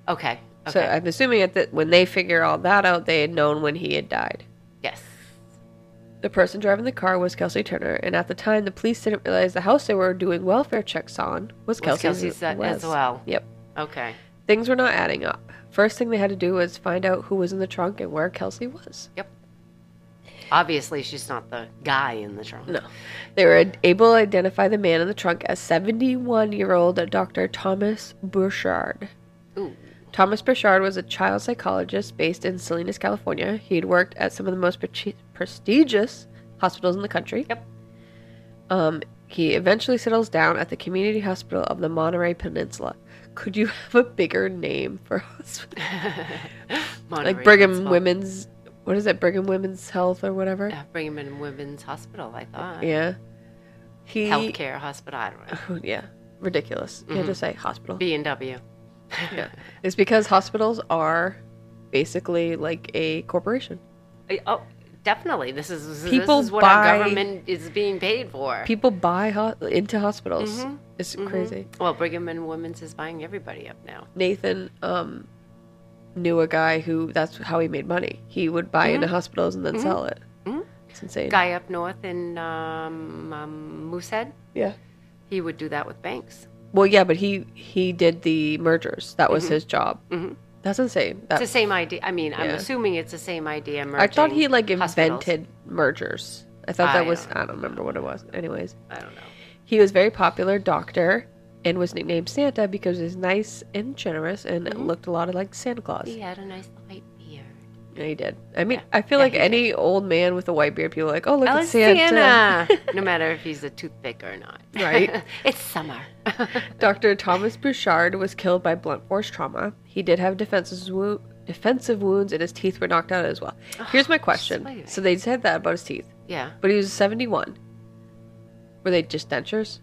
Speaker 2: Okay. Okay.
Speaker 1: So I'm assuming at the, when they figure all that out, they had known when he had died.
Speaker 2: yes.
Speaker 1: The person driving the car was Kelsey Turner, and at the time, the police didn't realize the house they were doing welfare checks on was Kelsey's,
Speaker 2: Kelsey's, uh, as
Speaker 1: was.
Speaker 2: well.
Speaker 1: Yep.
Speaker 2: Okay.
Speaker 1: Things were not adding up. First thing they had to do was find out who was in the trunk and where Kelsey was.
Speaker 2: Yep. Obviously, she's not the guy in the trunk.
Speaker 1: No. They were able to identify the man in the trunk as 71 year old Dr. Thomas Burchard.
Speaker 2: Ooh.
Speaker 1: Thomas Burchard was a child psychologist based in Salinas, California. He had worked at some of the most pre- prestigious hospitals in the country.
Speaker 2: Yep.
Speaker 1: Um, He eventually settles down at the community hospital of the Monterey Peninsula. Could you have a bigger name for hospital?
Speaker 2: Monterey
Speaker 1: Like Brigham
Speaker 2: Hospital.
Speaker 1: Women's, what is it? Brigham Women's Health or whatever?
Speaker 2: Uh, Brigham and Women's Hospital, I thought.
Speaker 1: Yeah. He,
Speaker 2: Healthcare Hospital, I don't know.
Speaker 1: Yeah. Ridiculous. You have
Speaker 2: Mm-hmm.
Speaker 1: to say hospital.
Speaker 2: B and W.
Speaker 1: yeah. It's because hospitals are basically like a corporation.
Speaker 2: Oh, definitely. This is this
Speaker 1: People
Speaker 2: is what
Speaker 1: buy-
Speaker 2: our government is being paid for.
Speaker 1: People buy ho- into hospitals.
Speaker 2: Mm-hmm.
Speaker 1: It's crazy.
Speaker 2: Well, Brigham and Women's is buying everybody up now.
Speaker 1: Nathan um, knew a guy who that's how he made money. He would buy
Speaker 2: Mm-hmm.
Speaker 1: into hospitals and then sell it. It's insane.
Speaker 2: Guy up north in um, um, Moosehead,
Speaker 1: Yeah.
Speaker 2: he would do that with banks.
Speaker 1: Well, yeah, but he he did the mergers. That was his job. Mm-hmm. That's insane. That,
Speaker 2: It's the same idea. I mean, I'm
Speaker 1: Uh, Yeah.
Speaker 2: assuming it's the same idea.
Speaker 1: I thought
Speaker 2: merging
Speaker 1: he like
Speaker 2: hospitals.
Speaker 1: invented mergers. I thought that
Speaker 2: I
Speaker 1: was
Speaker 2: don't
Speaker 1: I don't remember what it was. Anyways,
Speaker 2: I don't know.
Speaker 1: he was a very popular doctor and was nicknamed Santa because he's nice and generous and
Speaker 2: Mm-hmm.
Speaker 1: looked a lot like Santa Claus.
Speaker 2: He had a nice light beard.
Speaker 1: Yeah, he did. I mean, I feel like
Speaker 2: he did.
Speaker 1: any old man with a white beard, people are like, oh, look
Speaker 2: Oh,
Speaker 1: at Santa.
Speaker 2: Santa! no matter if he's a toothpick or not.
Speaker 1: Right.
Speaker 2: it's summer.
Speaker 1: Dr. Thomas Bouchard was killed by blunt force trauma. He did have defensive, wo- defensive wounds and his teeth were knocked out as well. Here's my question.
Speaker 2: sweet.
Speaker 1: So they said that about his teeth,
Speaker 2: yeah.
Speaker 1: but he was 71. Were they just dentures?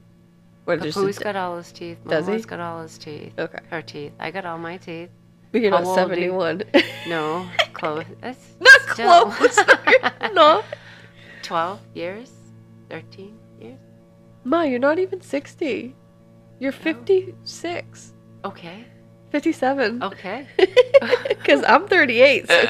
Speaker 1: Were they just
Speaker 2: Papu's got all his teeth.
Speaker 1: Does he?
Speaker 2: Mama's got all his teeth.
Speaker 1: Okay.
Speaker 2: Her teeth. I got all my teeth.
Speaker 1: But you're
Speaker 2: How
Speaker 1: not
Speaker 2: old do you-
Speaker 1: 71.
Speaker 2: No, close. That's
Speaker 1: not
Speaker 2: still-
Speaker 1: close. You're not.
Speaker 2: 12 years? 13 years?
Speaker 1: Ma, you're not even 60. You're 56,
Speaker 2: Okay.
Speaker 1: 57.
Speaker 2: Okay.
Speaker 1: Because I'm 38. So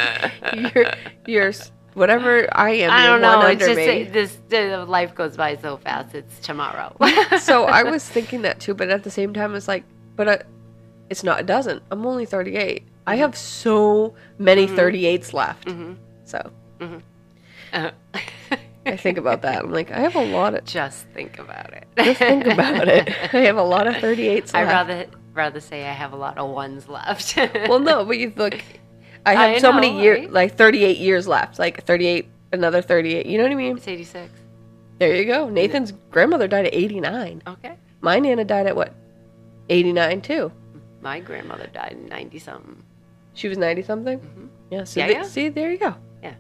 Speaker 1: you're, you're s- whatever I am.
Speaker 2: I
Speaker 1: you're
Speaker 2: don't know.
Speaker 1: One
Speaker 2: It's
Speaker 1: under
Speaker 2: just
Speaker 1: me.
Speaker 2: that this the life goes by so fast. It's tomorrow.
Speaker 1: so I was thinking that too, but at the same time, it's like, but I, it's not. It doesn't. I'm only 38. I
Speaker 2: Mm-hmm.
Speaker 1: have so many 38s left. So I think about that. I'm like, I have a lot of.
Speaker 2: just think about it.
Speaker 1: Just think about it. I have a lot of 38s left.
Speaker 2: I rather rather say I have a lot of ones left.
Speaker 1: Well, no, but you look. I have
Speaker 2: I
Speaker 1: so
Speaker 2: know,
Speaker 1: many years,
Speaker 2: right?
Speaker 1: like 38 years left. Like 38, another 38. You know what I mean?
Speaker 2: it's 86.
Speaker 1: There you go. Nathan's grandmother died at 89.
Speaker 2: Okay.
Speaker 1: My nana died at what? 89 too.
Speaker 2: My grandmother died in Mm-hmm. 90 something.
Speaker 1: She was 90 something. Yeah. So
Speaker 2: Yeah,
Speaker 1: th-
Speaker 2: yeah.
Speaker 1: see, there you go.
Speaker 2: Yeah.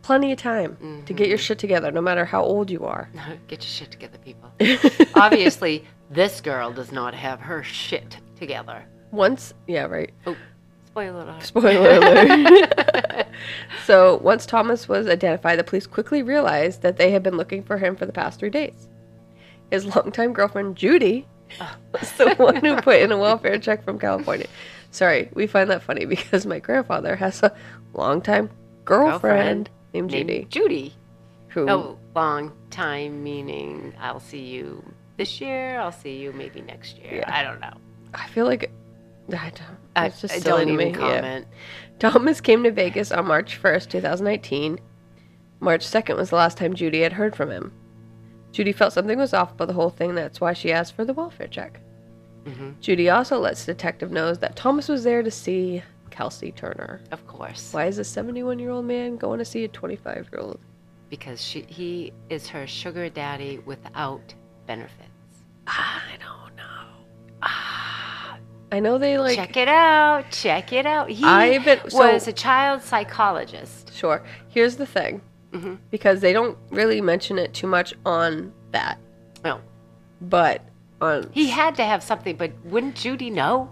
Speaker 1: Plenty of time to get your shit together, no matter how old you are.
Speaker 2: Mm-hmm. Get your shit together, people. Obviously, this girl does not have her shit together.
Speaker 1: Once, yeah, right.
Speaker 2: Oh, spoiler alert.
Speaker 1: Spoiler alert. so once Thomas was identified, the police quickly realized that they had been looking for him for the past three days. His longtime girlfriend Judy was the one who put in a welfare check from California. Sorry, we find that funny because my grandfather has a longtime girlfriend,
Speaker 2: Girlfriend
Speaker 1: named
Speaker 2: named
Speaker 1: Judy.
Speaker 2: Judy.
Speaker 1: Who?
Speaker 2: Oh, long time meaning I'll see you this year. I'll see you maybe next year.
Speaker 1: Yeah.
Speaker 2: I don't know.
Speaker 1: I feel like I don't.
Speaker 2: I,
Speaker 1: It's just
Speaker 2: I
Speaker 1: silly
Speaker 2: don't
Speaker 1: to
Speaker 2: even
Speaker 1: me. Yeah.
Speaker 2: comment.
Speaker 1: Thomas came to Vegas on March 1st, 2019. March 2nd was the last time Judy had heard from him. Judy felt something was off about the whole thing, that's why she asked for the welfare check.
Speaker 2: Mm-hmm.
Speaker 1: Judy also lets detective knows that Thomas was there to see Kelsey Turner.
Speaker 2: Of course,
Speaker 1: Why is a 71 year old man going to see a 25 year old?
Speaker 2: because she he is her sugar daddy without benefits.
Speaker 1: I don't know. Ah, I know they like.
Speaker 2: check it out. Check it out. He
Speaker 1: I've been- so-
Speaker 2: was a child psychologist.
Speaker 1: Sure. Here's the thing
Speaker 2: Mm-hmm.
Speaker 1: because they don't really mention it too much on that, Oh.
Speaker 2: No,
Speaker 1: but on
Speaker 2: he had to have something, but wouldn't Judy know?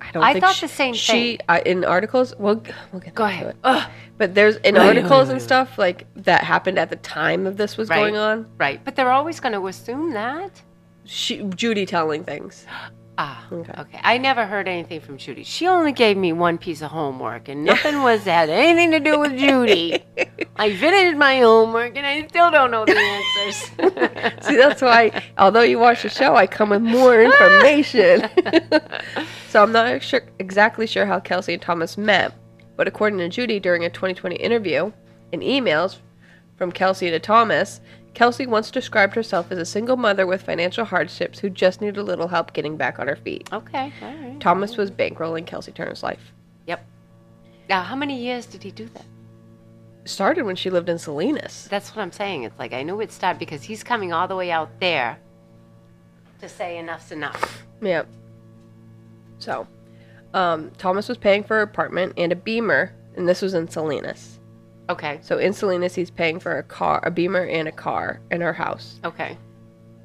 Speaker 1: I don't.
Speaker 2: I
Speaker 1: think
Speaker 2: thought
Speaker 1: she,
Speaker 2: the same
Speaker 1: She
Speaker 2: thing.
Speaker 1: I, in articles. We'll g- we'll get
Speaker 2: Go
Speaker 1: back to
Speaker 2: ahead.
Speaker 1: it.
Speaker 2: Ugh.
Speaker 1: But there's in
Speaker 2: Right.
Speaker 1: articles and stuff like that happened at the time of this was
Speaker 2: Right.
Speaker 1: going on.
Speaker 2: Right, but they're always going to assume that.
Speaker 1: She Judy telling things.
Speaker 2: Ah,
Speaker 1: Okay.
Speaker 2: okay. I never heard anything from Judy. She only gave me one piece of homework, and nothing was had anything to do with Judy. I finished my homework, and I still don't know the answers.
Speaker 1: See, that's why. although you watch the show, I come with more information. so I'm not sure, exactly sure how Kelsey and Thomas met, but according to Judy, during a 2020 interview in emails from Kelsey to Thomas, Kelsey once described herself as a single mother with financial hardships who just needed a little help getting back on her feet.
Speaker 2: okay, all right.
Speaker 1: Thomas was bankrolling Kelsey Turner's life.
Speaker 2: Yep. Now, how many years did he do that?
Speaker 1: started when she lived in Salinas.
Speaker 2: That's what I'm saying. It's like I knew it started because he's coming all the way out there to say enough's enough.
Speaker 1: Yep. So, um, Thomas was paying for her apartment and a Beamer, and this was in Salinas.
Speaker 2: Okay.
Speaker 1: So in Salinas, he's paying for a car, a Beamer, and a car in her house.
Speaker 2: Okay.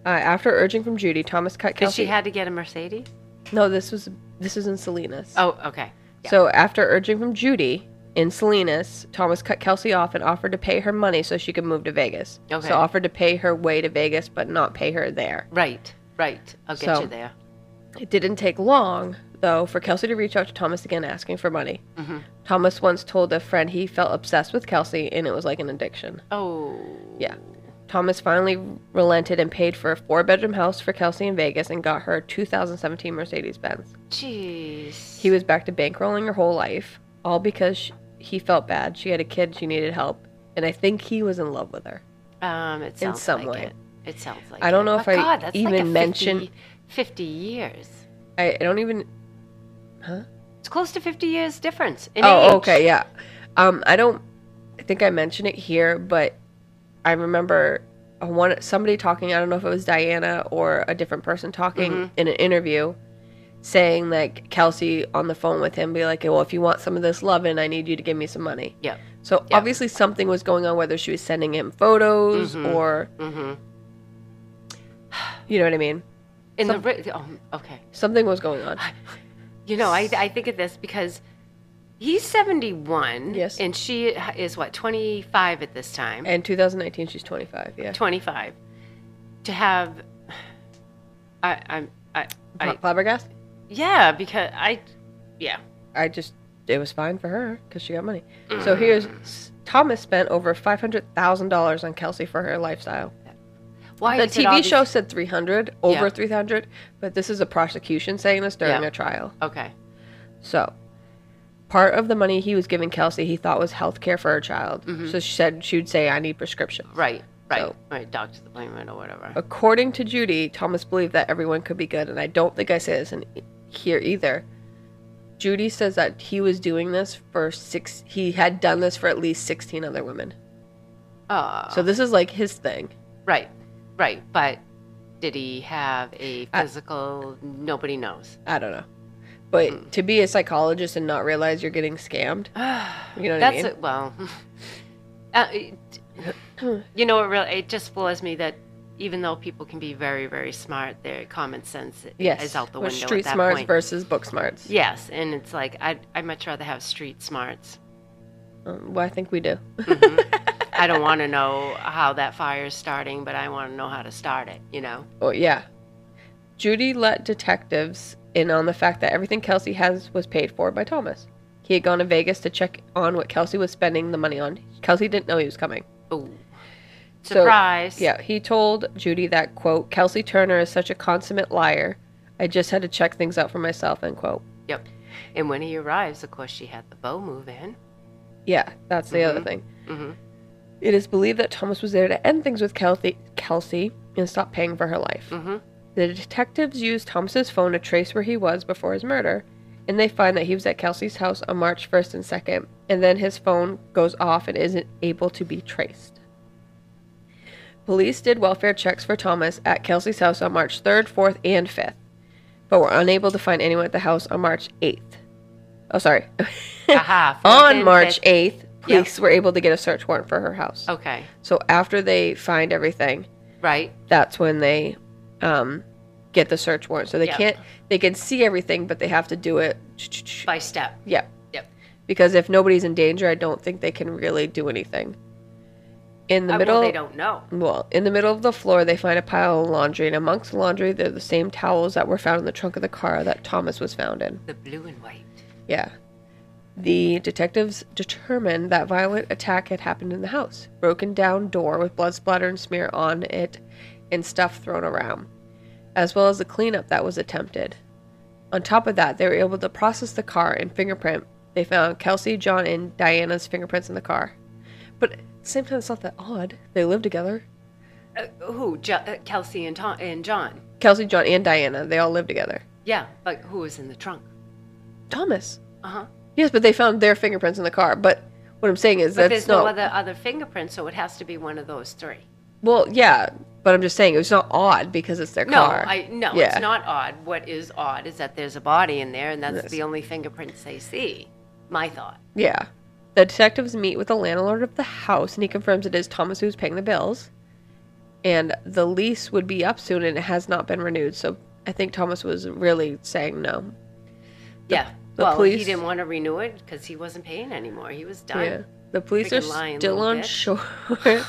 Speaker 1: Uh, after urging from Judy, Thomas cut
Speaker 2: Because
Speaker 1: Kelsey.
Speaker 2: she had to get a Mercedes?
Speaker 1: no, this was this was in Salinas.
Speaker 2: Oh, okay. Yeah.
Speaker 1: So after urging from Judy in Salinas, Thomas cut Kelsey off and offered to pay her money so she could move to Vegas.
Speaker 2: Okay.
Speaker 1: So offered to pay her way to Vegas, but not pay her there.
Speaker 2: Right, right. I'll get
Speaker 1: So-
Speaker 2: you there.
Speaker 1: It didn't take long, though, for Kelsey to reach out to Thomas again asking for money.
Speaker 2: Mhm.
Speaker 1: Thomas once told a friend he felt obsessed with Kelsey and it was like an addiction.
Speaker 2: Oh.
Speaker 1: Yeah. Thomas finally relented and paid for a four bedroom house for Kelsey in Vegas and got her a 2017 Mercedes Benz.
Speaker 2: Jeez.
Speaker 1: He was back to bankrolling her whole life, all because sh he felt bad. She had a kid, she needed help, and I think he was in love with her.
Speaker 2: um, it sounds
Speaker 1: some
Speaker 2: like
Speaker 1: way.
Speaker 2: It. It sounds like
Speaker 1: I don't
Speaker 2: it.
Speaker 1: know if
Speaker 2: But
Speaker 1: I
Speaker 2: God, that's like a
Speaker 1: even
Speaker 2: 50
Speaker 1: mentioned-
Speaker 2: 50 years.
Speaker 1: I, I don't even.
Speaker 2: It's close to 50 years difference in age.
Speaker 1: Oh, okay, yeah. Um, I don't I think I mentioned it here, but I remember a one somebody talking. I don't know if it was Diana or a different person talking
Speaker 2: Mm-hmm.
Speaker 1: in an interview, saying like Kelsey on the phone with him, be like, "Well, if you want some of this loving, I need you to give me some money."
Speaker 2: Yep.
Speaker 1: So
Speaker 2: Yeah.
Speaker 1: obviously something was going on, whether she was sending him photos or,
Speaker 2: Mm-hmm.
Speaker 1: you know what I mean.
Speaker 2: In
Speaker 1: Some-
Speaker 2: the ri- oh, okay.
Speaker 1: Something was going on.
Speaker 2: You know, I, I think of this because he's 71.
Speaker 1: Yes.
Speaker 2: And she is what, 25 at this time?
Speaker 1: And 2019, she's 25. Yeah,
Speaker 2: 25. To have. I, I'm. I, I,
Speaker 1: flabbergasted.
Speaker 2: yeah, because I. Yeah.
Speaker 1: I just it was fine for her because she got money. So here's Thomas spent over five hundred thousand dollars on Kelsey for her lifestyle.
Speaker 2: Why
Speaker 1: The
Speaker 2: is it Oh, all
Speaker 1: TV
Speaker 2: these-
Speaker 1: show said three hundred, over
Speaker 2: Yeah.
Speaker 1: three hundred, but this is a prosecution saying this during
Speaker 2: Yeah.
Speaker 1: a trial.
Speaker 2: Okay.
Speaker 1: So part of the money he was giving Kelsey he thought was health care for her child.
Speaker 2: Mm-hmm.
Speaker 1: So she said she would say, I need prescriptions.
Speaker 2: Right. Right.
Speaker 1: So-
Speaker 2: right. Doctor's appointment or whatever.
Speaker 1: According to Judy, Thomas believed that everyone could be good, and I don't think I say this in here either. Judy says that he was doing this for six. He had done this for at least sixteen other women.
Speaker 2: Oh,
Speaker 1: So this is like his thing.
Speaker 2: right. Right. But did he have a
Speaker 1: I-
Speaker 2: physical? nobody knows.
Speaker 1: I don't know, but
Speaker 2: Hmm.
Speaker 1: to be a psychologist and not realize you're getting scammed, you know what
Speaker 2: That's
Speaker 1: I mean?
Speaker 2: it. Well, uh, it- you know, it really it just floors me that even though people can be very, very smart, their common sense i-
Speaker 1: yes,
Speaker 2: is out the
Speaker 1: Or
Speaker 2: window
Speaker 1: street
Speaker 2: at that
Speaker 1: smarts
Speaker 2: point.
Speaker 1: versus book smarts.
Speaker 2: yes, and it's like I'd, I'd much rather have street smarts. Mm-hmm.
Speaker 1: Um, well, I think we do.
Speaker 2: I don't want to know how that fire is starting, but I want to know how to start it. You know.
Speaker 1: Oh yeah, Judy let detectives in on the fact that everything Kelsey has was paid for by Thomas. He had gone to Vegas to check on what Kelsey was spending the money on. Kelsey didn't know he was coming.
Speaker 2: Ooh.
Speaker 1: So,
Speaker 2: Surprise.
Speaker 1: Yeah, he told Judy that quote, "Kelsey Turner is such a consummate liar. I just had to check things out for myself." End quote.
Speaker 2: Yep. And when he arrives, of course, she had the bow move in.
Speaker 1: Yeah, that's the other thing.
Speaker 2: Mhm.
Speaker 1: It is believed that Thomas was there to end things with Kelsey, Kelsey and stop paying for her life.
Speaker 2: Mhm.
Speaker 1: The detectives used Thomas's phone to trace where he was before his murder, and they find that he was at Kelsey's house on March 1st and 2nd, and then his phone goes off and isn't able to be traced. Police did welfare checks for Thomas at Kelsey's house on March 3rd, 4th, and 5th, but were unable to find anyone at the house on March 8th. Oh, sorry.
Speaker 2: Aha. fourth
Speaker 1: On
Speaker 2: and
Speaker 1: March
Speaker 2: fifth. Oh.
Speaker 1: 8th, police were able to get a search warrant for her house.
Speaker 2: Okay.
Speaker 1: So after they find everything,
Speaker 2: Right.
Speaker 1: that's when they um, get the search warrant. So they
Speaker 2: Yeah.
Speaker 1: can't, they can see everything, but they have to do it.
Speaker 2: By step.
Speaker 1: Yeah.
Speaker 2: Yep.
Speaker 1: Because if nobody's in danger, I don't think they can really do anything. In the
Speaker 2: Uh,
Speaker 1: middle,
Speaker 2: Well, they don't know.
Speaker 1: well, in the middle of the floor, they find a pile of laundry, and amongst the laundry, they're the same towels that were found in the trunk of the car that Thomas was found in.
Speaker 2: The blue and white.
Speaker 1: Yeah. The detectives determined that violent attack had happened in the house. Broken down door with blood splatter and smear on it and stuff thrown around, as well as the cleanup that was attempted. On top of that, they were able to process the car and fingerprint. They found Kelsey, John, and Diana's fingerprints in the car. But at the same time, it's not that odd. They lived together.
Speaker 2: Uh, who? Jo- uh, Kelsey and Tom and John.
Speaker 1: Kelsey, John, and Diana, they all lived together.
Speaker 2: Yeah, but who was in the trunk?
Speaker 1: Thomas.
Speaker 2: Uh huh.
Speaker 1: Yes, but they found their fingerprints in the car. But What I'm saying is
Speaker 2: But
Speaker 1: that's
Speaker 2: there's
Speaker 1: not.
Speaker 2: no other, other fingerprints, so it has to be one of those three.
Speaker 1: Well, yeah, but I'm just saying it was not odd because it's their
Speaker 2: No,
Speaker 1: car.
Speaker 2: I, no,
Speaker 1: Yeah.
Speaker 2: it's not odd. What is odd is that there's a body in there, and that's
Speaker 1: Yes.
Speaker 2: the only fingerprints they see, my thought.
Speaker 1: Yeah. The detectives meet with the landlord of the house and he confirms it is Thomas who's paying the bills. And the lease would be up soon and it has not been renewed. So I think Thomas was really saying no.
Speaker 2: Yeah,
Speaker 1: the
Speaker 2: well, he
Speaker 1: police-
Speaker 2: didn't want to renew it because he wasn't paying anymore. He was done.
Speaker 1: Yeah. The police
Speaker 2: Freaking
Speaker 1: are
Speaker 2: lying
Speaker 1: still
Speaker 2: little
Speaker 1: unsure.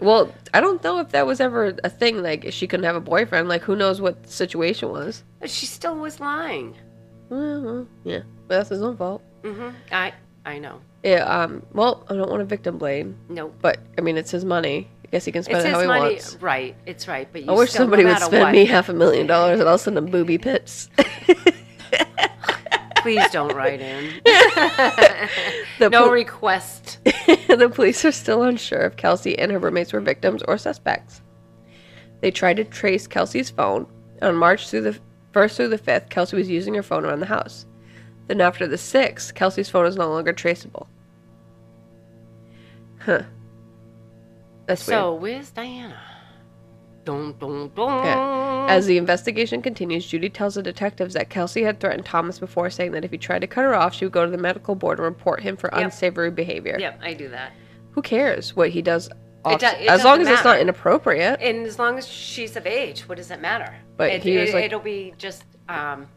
Speaker 1: well, I don't know if that was ever a thing. Like, she couldn't have a boyfriend. Like, who knows what the situation was?
Speaker 2: But she still was lying.
Speaker 1: Well, well, yeah. But that's his own fault.
Speaker 2: hmm I, I know.
Speaker 1: Yeah, um, well, I don't want to victim blame,
Speaker 2: Nope.
Speaker 1: but I mean, it's his money. I guess he can spend
Speaker 2: it's
Speaker 1: it how
Speaker 2: his
Speaker 1: he
Speaker 2: money,
Speaker 1: wants.
Speaker 2: right? It's right. But you
Speaker 1: I wish
Speaker 2: still,
Speaker 1: somebody
Speaker 2: no
Speaker 1: would
Speaker 2: matter
Speaker 1: spend
Speaker 2: what,
Speaker 1: me half a million dollars and I'll send them booby pips.
Speaker 2: Please don't write in.
Speaker 1: the,
Speaker 2: no
Speaker 1: pol-
Speaker 2: request.
Speaker 1: the police are still unsure if Kelsey and her roommates were victims or suspects. They tried to trace Kelsey's phone. On March through the first through the fifth, Kelsey was using her phone around the house. Then after the sixth, Kelsey's phone is no longer traceable. Huh. That's weird.
Speaker 2: So where's Diana? Dun, dun, dun.
Speaker 1: Yeah. As the investigation continues, Judy tells the detectives that Kelsey had threatened Thomas before, saying that if he tried to cut her off, she would go to the medical board and report him for
Speaker 2: Yep.
Speaker 1: unsavory behavior.
Speaker 2: Yep, I do that.
Speaker 1: Who cares what he does? Off-
Speaker 2: do- it
Speaker 1: as long as
Speaker 2: doesn't
Speaker 1: it's not
Speaker 2: matter.
Speaker 1: inappropriate.
Speaker 2: And as long as she's of age, what does it matter?
Speaker 1: But
Speaker 2: it,
Speaker 1: he was
Speaker 2: it,
Speaker 1: like-
Speaker 2: it'll be just. Um,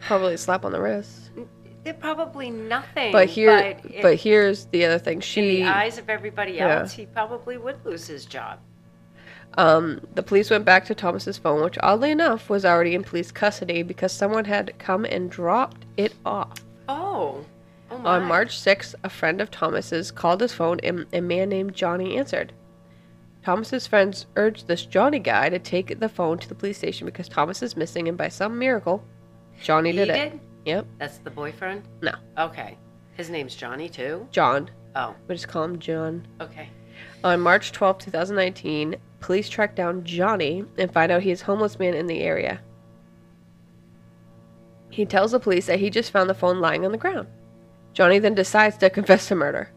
Speaker 1: Probably a slap on the wrist.
Speaker 2: they're probably nothing.
Speaker 1: But here,
Speaker 2: but,
Speaker 1: but,
Speaker 2: in
Speaker 1: here's the other thing. She,
Speaker 2: the eyes of everybody
Speaker 1: Yeah.
Speaker 2: else, he probably would lose his job.
Speaker 1: um, the police went back to Thomas's phone, which oddly enough was already in police custody because someone had come and dropped it off.
Speaker 2: Oh, oh my.
Speaker 1: On March 6th, a friend of Thomas's called his phone and a man named Johnny answered. Thomas's friends urged this Johnny guy to take the phone to the police station because Thomas is missing and by some miracle, Johnny
Speaker 2: He
Speaker 1: did it.
Speaker 2: did?
Speaker 1: Yep.
Speaker 2: That's the boyfriend.
Speaker 1: No.
Speaker 2: Okay, his name's Johnny too.
Speaker 1: John.
Speaker 2: Oh,
Speaker 1: We just call him John.
Speaker 2: okay.
Speaker 1: On March 12, 2019, police track down Johnny and find out he is a homeless man in the area. He tells the police that he just found the phone lying on the ground. Johnny then decides to confess to murder.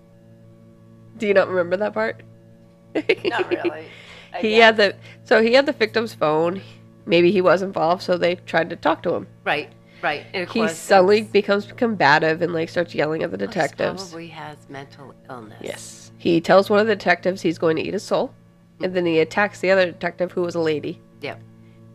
Speaker 1: Do you not remember that part?
Speaker 2: Not really. I
Speaker 1: he
Speaker 2: guess.
Speaker 1: had the so he had the victim's phone. Maybe he was involved, so they tried to talk to him.
Speaker 2: Right, right. And of
Speaker 1: He
Speaker 2: course,
Speaker 1: suddenly
Speaker 2: that's-
Speaker 1: becomes combative and like starts yelling at the
Speaker 2: He
Speaker 1: detectives.
Speaker 2: Probably has mental illness.
Speaker 1: Yes. He tells one of the detectives he's going to eat a soul, and then he attacks the other detective, who was a lady.
Speaker 2: Yep.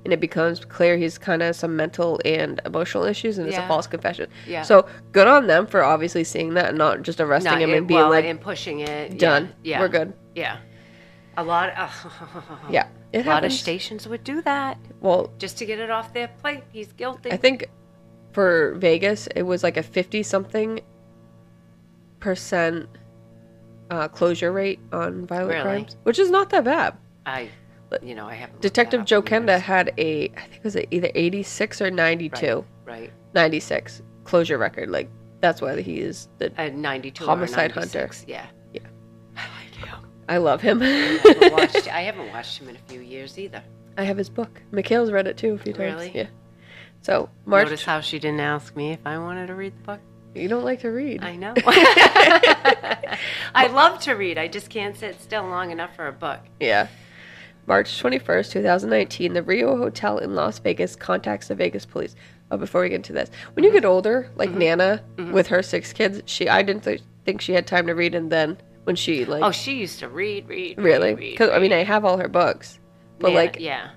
Speaker 1: And it becomes clear he's kind of some mental and emotional issues, and it's a
Speaker 2: Yeah.
Speaker 1: false confession.
Speaker 2: Yeah.
Speaker 1: So good on them for obviously seeing that and not just arresting
Speaker 2: Not
Speaker 1: him
Speaker 2: it-
Speaker 1: and being
Speaker 2: well,
Speaker 1: like,
Speaker 2: and pushing it.
Speaker 1: done.
Speaker 2: Yeah, yeah.
Speaker 1: We're good.
Speaker 2: Yeah. A lot.
Speaker 1: Yeah. It
Speaker 2: A lot of
Speaker 1: happens.
Speaker 2: stations would do that
Speaker 1: Well,
Speaker 2: just to get it off their plate. He's guilty.
Speaker 1: I think for Vegas, it was like a 50 something percent uh, closure rate on violent
Speaker 2: Really?
Speaker 1: crimes, which is not that bad.
Speaker 2: I, you know, I haven't. looked that
Speaker 1: Detective
Speaker 2: up
Speaker 1: Joe
Speaker 2: in years.
Speaker 1: Kenda had a, I think it was either 86 or 92.
Speaker 2: Right.
Speaker 1: 96 closure record. Like, that's why he is the.
Speaker 2: At 92
Speaker 1: Homicide
Speaker 2: Uh, or
Speaker 1: Hunter.
Speaker 2: 96. Yeah.
Speaker 1: Yeah.
Speaker 2: I like him.
Speaker 1: I love him.
Speaker 2: I haven't watched- I haven't watched him in a few years either.
Speaker 1: I have his book. Mikhail's read it too a few times.
Speaker 2: Really?
Speaker 1: Yeah. So, March.
Speaker 2: Notice how she didn't ask me if I wanted to read the book.
Speaker 1: You don't like to read.
Speaker 2: I know. I love to read. I just can't sit still long enough for a book.
Speaker 1: Yeah. March 21st, 2019, the Rio Hotel in Las Vegas contacts the Vegas police. Oh, before we get into this, when you
Speaker 2: Mm-hmm.
Speaker 1: get older, like Nana with her six kids, she I didn't th- think she had time to read, and then when she like
Speaker 2: Oh, she used to read, read, read,
Speaker 1: really,
Speaker 2: read,
Speaker 1: because I mean I have all her books, but
Speaker 2: Yeah,
Speaker 1: like
Speaker 2: yeah,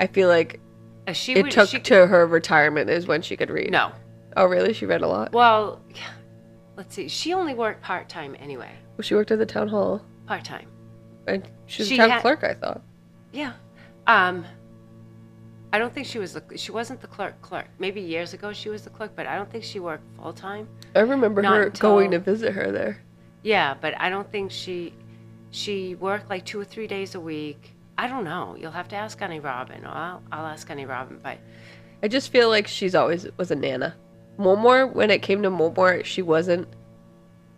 Speaker 1: I feel like
Speaker 2: Uh, she
Speaker 1: it
Speaker 2: would,
Speaker 1: took
Speaker 2: she,
Speaker 1: to her retirement is when she could read.
Speaker 2: no.
Speaker 1: Oh, really? She read a lot.
Speaker 2: Well, yeah. let's see. She only worked part time anyway.
Speaker 1: Well, she worked at the town hall,
Speaker 2: Part time.
Speaker 1: and she was
Speaker 2: She
Speaker 1: a town
Speaker 2: had-
Speaker 1: clerk. I thought.
Speaker 2: Yeah. Um, I don't think she was. The, she wasn't the clerk. Clerk. Maybe years ago she was the clerk, but I don't think she worked full time.
Speaker 1: I remember
Speaker 2: Not
Speaker 1: her
Speaker 2: until-
Speaker 1: going to visit her there.
Speaker 2: Yeah, but I don't think she. She worked like two or three days a week. I don't know. You'll have to ask Annie Robin. Or I'll, I'll ask Annie Robin. But
Speaker 1: I just feel like she's always was a nana. Momor, when it came to Momor, she wasn't.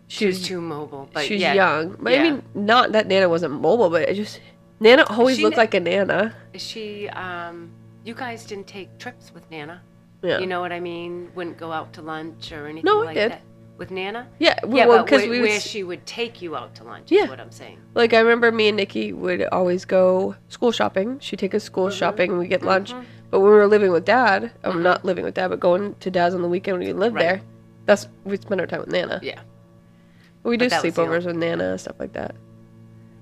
Speaker 1: She
Speaker 2: she was
Speaker 1: was.
Speaker 2: too mobile. But
Speaker 1: she was
Speaker 2: yeah,
Speaker 1: young. But I
Speaker 2: yeah.
Speaker 1: mean, not that Nana wasn't mobile, but it just Nana always
Speaker 2: She
Speaker 1: looked
Speaker 2: kn-
Speaker 1: like a nana.
Speaker 2: she. Um, you guys didn't take trips with Nana.
Speaker 1: Yeah.
Speaker 2: You know what I mean? Wouldn't go out to lunch or anything
Speaker 1: No, I
Speaker 2: like
Speaker 1: did.
Speaker 2: that. with Nana?
Speaker 1: Yeah, we-
Speaker 2: yeah,
Speaker 1: well,
Speaker 2: but
Speaker 1: 'cause
Speaker 2: where,
Speaker 1: we would
Speaker 2: where
Speaker 1: s-
Speaker 2: she would take you out to lunch
Speaker 1: Yeah.
Speaker 2: is what I'm saying.
Speaker 1: Like I remember me and Nikki would always go school shopping. She'd take us
Speaker 2: Mm-hmm.
Speaker 1: school shopping, we get lunch. But when we were living with dad, I'm not living with dad, but going to dad's on the weekend when we lived
Speaker 2: Right.
Speaker 1: there, that's we spend our time with Nana.
Speaker 2: Yeah.
Speaker 1: we do
Speaker 2: but that was the
Speaker 1: sleepovers with Nana and stuff like that.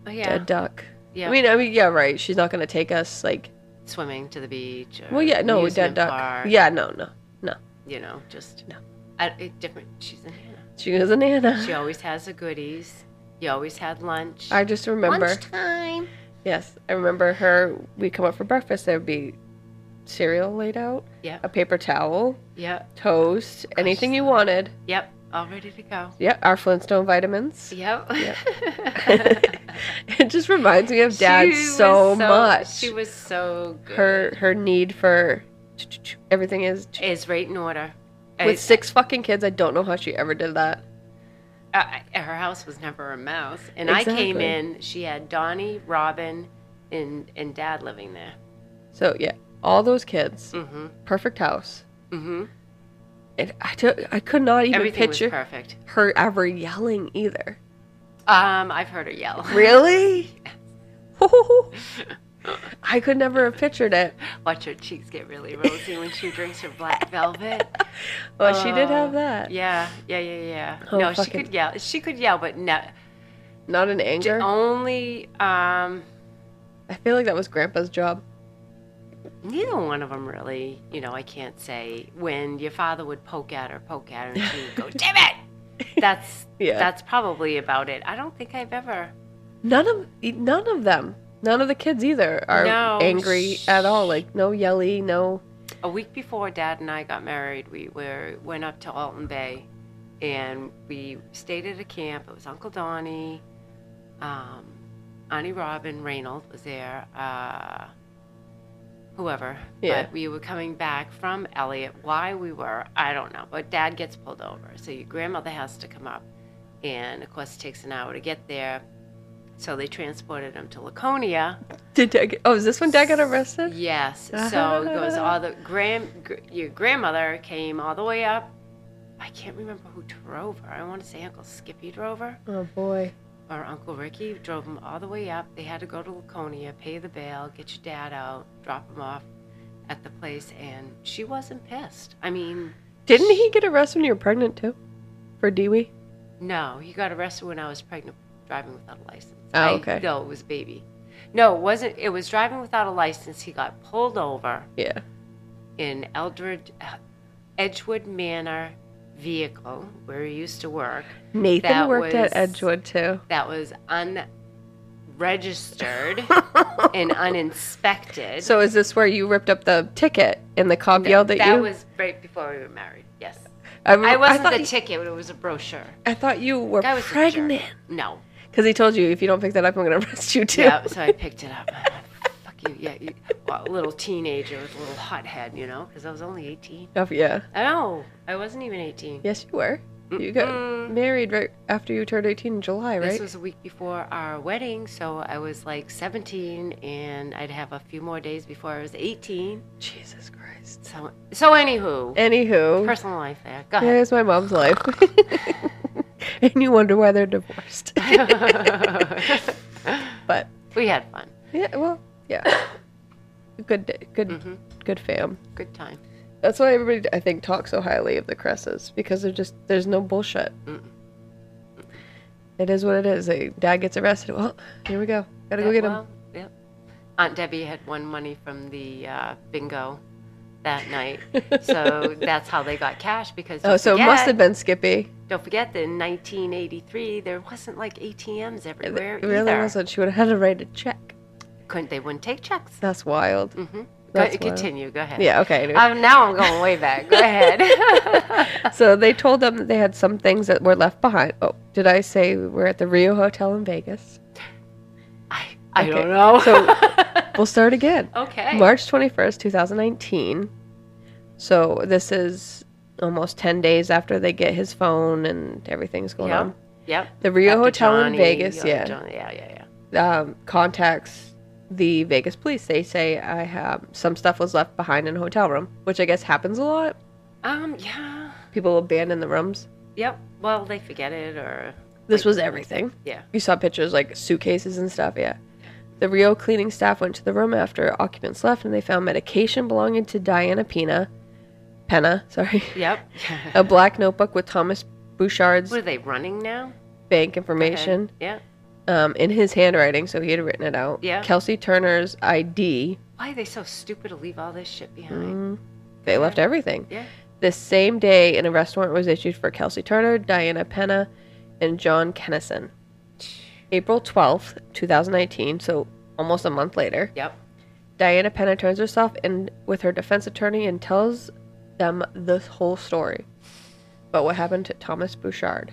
Speaker 2: Oh, yeah.
Speaker 1: Dead duck.
Speaker 2: Yeah.
Speaker 1: I mean, I mean, yeah, right. She's not gonna take us like.
Speaker 2: Swimming to the beach. Or
Speaker 1: Well, yeah, no, with dead
Speaker 2: amusement
Speaker 1: duck.
Speaker 2: park,
Speaker 1: Yeah, no, no, no.
Speaker 2: You know, just
Speaker 1: No.
Speaker 2: I, it, different. She's a Nana.
Speaker 1: She was a Nana.
Speaker 2: She always has the goodies. You always had lunch.
Speaker 1: I just remember.
Speaker 2: Lunchtime.
Speaker 1: Yes, I remember her. We come up for breakfast. There would be cereal laid out,
Speaker 2: Yeah.
Speaker 1: a paper towel,
Speaker 2: Yeah.
Speaker 1: toast, anything you wanted.
Speaker 2: Yep. All ready to go.
Speaker 1: Yeah, our Flintstone vitamins.
Speaker 2: Yep.
Speaker 1: it just reminds me of dad
Speaker 2: She was
Speaker 1: so, much.
Speaker 2: She was so good.
Speaker 1: her her need for everything is
Speaker 2: is right in order.
Speaker 1: with
Speaker 2: It's-
Speaker 1: six fucking kids. I don't know how she ever did that.
Speaker 2: I, I- her house was never a mouse, and I came
Speaker 1: Exactly.
Speaker 2: in. She had Donnie, Robin, and and Dad living there.
Speaker 1: So yeah, all those kids,
Speaker 2: Mm-hmm.
Speaker 1: perfect house.
Speaker 2: Mm-hmm.
Speaker 1: And I do- I could not even
Speaker 2: Everything was
Speaker 1: picture
Speaker 2: perfect.
Speaker 1: her ever yelling either.
Speaker 2: Um, I've heard her yell.
Speaker 1: Really? I could never have pictured it.
Speaker 2: Watch her cheeks get really rosy when she drinks her black velvet.
Speaker 1: Well, she did
Speaker 2: Uh,
Speaker 1: have that.
Speaker 2: Yeah, yeah, yeah, yeah.
Speaker 1: Oh,
Speaker 2: no, she
Speaker 1: fucking-
Speaker 2: could yell. She could yell, but no.
Speaker 1: Not in anger.
Speaker 2: Only um,
Speaker 1: I feel like that was Grandpa's job.
Speaker 2: neither one of them really. You know, I can't say when your father would poke at her, poke at her, and she would go, "Damn it!" That's
Speaker 1: Yeah.
Speaker 2: That's probably about it. I don't think I've ever.
Speaker 1: None of none of them, none of the kids either are
Speaker 2: No.
Speaker 1: angry at all. Like no yelly, no.
Speaker 2: A week before Dad and I got married, we were went up to Alton Bay, and we stayed at a camp. It was Uncle Donnie, um, Auntie Robin Reynolds was there, uh, whoever.
Speaker 1: Yeah.
Speaker 2: But we were coming back from Elliot. Why we were, I don't know. But Dad gets pulled over, so your grandmother has to come up, and of course it takes an hour to get there. So they transported him to Laconia.
Speaker 1: Did Dad get, oh, is this when Dad got arrested?
Speaker 2: Yes. So it goes all the grand. gr- Your grandmother came all the way up. I can't remember who drove her. I want to say Uncle Skippy drove her
Speaker 1: Oh boy.
Speaker 2: or Uncle Ricky drove them all the way up. They had to go to Laconia, pay the bail, get your dad out, drop him off at the place, and she wasn't pissed. I mean,
Speaker 1: Didn't he get arrested when you were pregnant too, for Dewey?
Speaker 2: no, he got arrested when I was pregnant, driving without a license.
Speaker 1: Oh,
Speaker 2: I-
Speaker 1: okay.
Speaker 2: no, it was baby. No, it wasn't. It was driving without a license. He got pulled over.
Speaker 1: Yeah.
Speaker 2: in Eldred, uh, Edgewood Manor vehicle where he used to work
Speaker 1: Nathan
Speaker 2: That
Speaker 1: worked
Speaker 2: was-
Speaker 1: at Edgewood too.
Speaker 2: that was unregistered and uninspected.
Speaker 1: So is this where you ripped up the ticket and the cop yelled at
Speaker 2: that
Speaker 1: you?
Speaker 2: was right before we were married. Yes.
Speaker 1: rem-
Speaker 2: I wasn't
Speaker 1: thought
Speaker 2: the
Speaker 1: you-
Speaker 2: ticket, but it was a brochure.
Speaker 1: I thought you were
Speaker 2: Guy was a jerk.
Speaker 1: pregnant
Speaker 2: No.
Speaker 1: because he told you if you don't pick that up, I'm gonna arrest you too.
Speaker 2: Yeah, so I picked it up. Fuck you. Yeah, you, well, little teenager with a little hothead, you know, because I was only 18.
Speaker 1: Oh, yeah.
Speaker 2: No, I wasn't even 18.
Speaker 1: Yes, you were. You got
Speaker 2: Mm-mm.
Speaker 1: married right after you turned 18 in July, right?
Speaker 2: This was a week before our wedding, so I was like 17, and I'd have a few more days before I was 18.
Speaker 1: Jesus Christ.
Speaker 2: So, so anywho,
Speaker 1: Anywho,
Speaker 2: personal life there. Go ahead.
Speaker 1: there's my mom's life. and you wonder why they're divorced. but
Speaker 2: we had fun.
Speaker 1: yeah, well, yeah. Good day, good
Speaker 2: Mm-hmm.
Speaker 1: good fam.
Speaker 2: Good time.
Speaker 1: That's why everybody I think talks so highly of the Cresses because they're just there's no bullshit. It is what it is. Like, Dad gets arrested. Well, here we go. Gotta go
Speaker 2: Yeah,
Speaker 1: get him.
Speaker 2: well, Yep. Aunt Debbie had won money from the uh, bingo that night, so that's how they got cash because.
Speaker 1: Oh,
Speaker 2: don't
Speaker 1: so it must
Speaker 2: forget-
Speaker 1: have been Skippy.
Speaker 2: Don't forget that in 1983 there wasn't like ATMs
Speaker 1: It
Speaker 2: everywhere
Speaker 1: really
Speaker 2: either.
Speaker 1: wasn't. She would have had to write a check.
Speaker 2: Couldn't they wouldn't take checks?
Speaker 1: That's wild.
Speaker 2: hmm
Speaker 1: That's wild.
Speaker 2: continue. Go ahead.
Speaker 1: Yeah, okay. Anyway.
Speaker 2: Um, now I'm going way back. Go ahead.
Speaker 1: so they told them that they had some things that were left behind. Oh, did I say we were at the Rio Hotel in Vegas?
Speaker 2: I, I
Speaker 1: Okay.
Speaker 2: don't know.
Speaker 1: So- We'll start again.
Speaker 2: okay.
Speaker 1: March 21st, 2019. So this is almost 10 days after they get his phone and everything's going
Speaker 2: Yep.
Speaker 1: on.
Speaker 2: Yep.
Speaker 1: The Rio
Speaker 2: After
Speaker 1: Hotel
Speaker 2: Johnny,
Speaker 1: in Vegas,
Speaker 2: uh,
Speaker 1: yeah.
Speaker 2: Johnny- yeah, yeah, yeah.
Speaker 1: um, contacts the Vegas police. They say I have some stuff was left behind in a hotel room, which I guess happens a lot.
Speaker 2: Um, yeah.
Speaker 1: People abandon the rooms.
Speaker 2: Yep. Well, they forget it or.
Speaker 1: This was everything.
Speaker 2: Yeah.
Speaker 1: You saw pictures like suitcases and stuff, yeah. The Rio cleaning staff went to the room after occupants left and they found medication belonging to Diana Pena. Penna, sorry.
Speaker 2: Yep.
Speaker 1: A black notebook with Thomas Bouchard's
Speaker 2: what are they running now?
Speaker 1: bank
Speaker 2: Okay.
Speaker 1: information
Speaker 2: Yeah.
Speaker 1: um, in his handwriting, so he had written it out.
Speaker 2: Yeah.
Speaker 1: Kelsey Turner's ID.
Speaker 2: Why are they so stupid to leave all this shit
Speaker 1: Mm,
Speaker 2: behind?
Speaker 1: they left everything.
Speaker 2: Yeah.
Speaker 1: This same day, an arrest warrant was issued for Kelsey Turner, Diana Penna, and John Kennison. April 12th, 2019, so almost a month later,
Speaker 2: Yep.
Speaker 1: Diana Penna turns herself in with her defense attorney and tells them the whole story about what happened to Thomas Bouchard.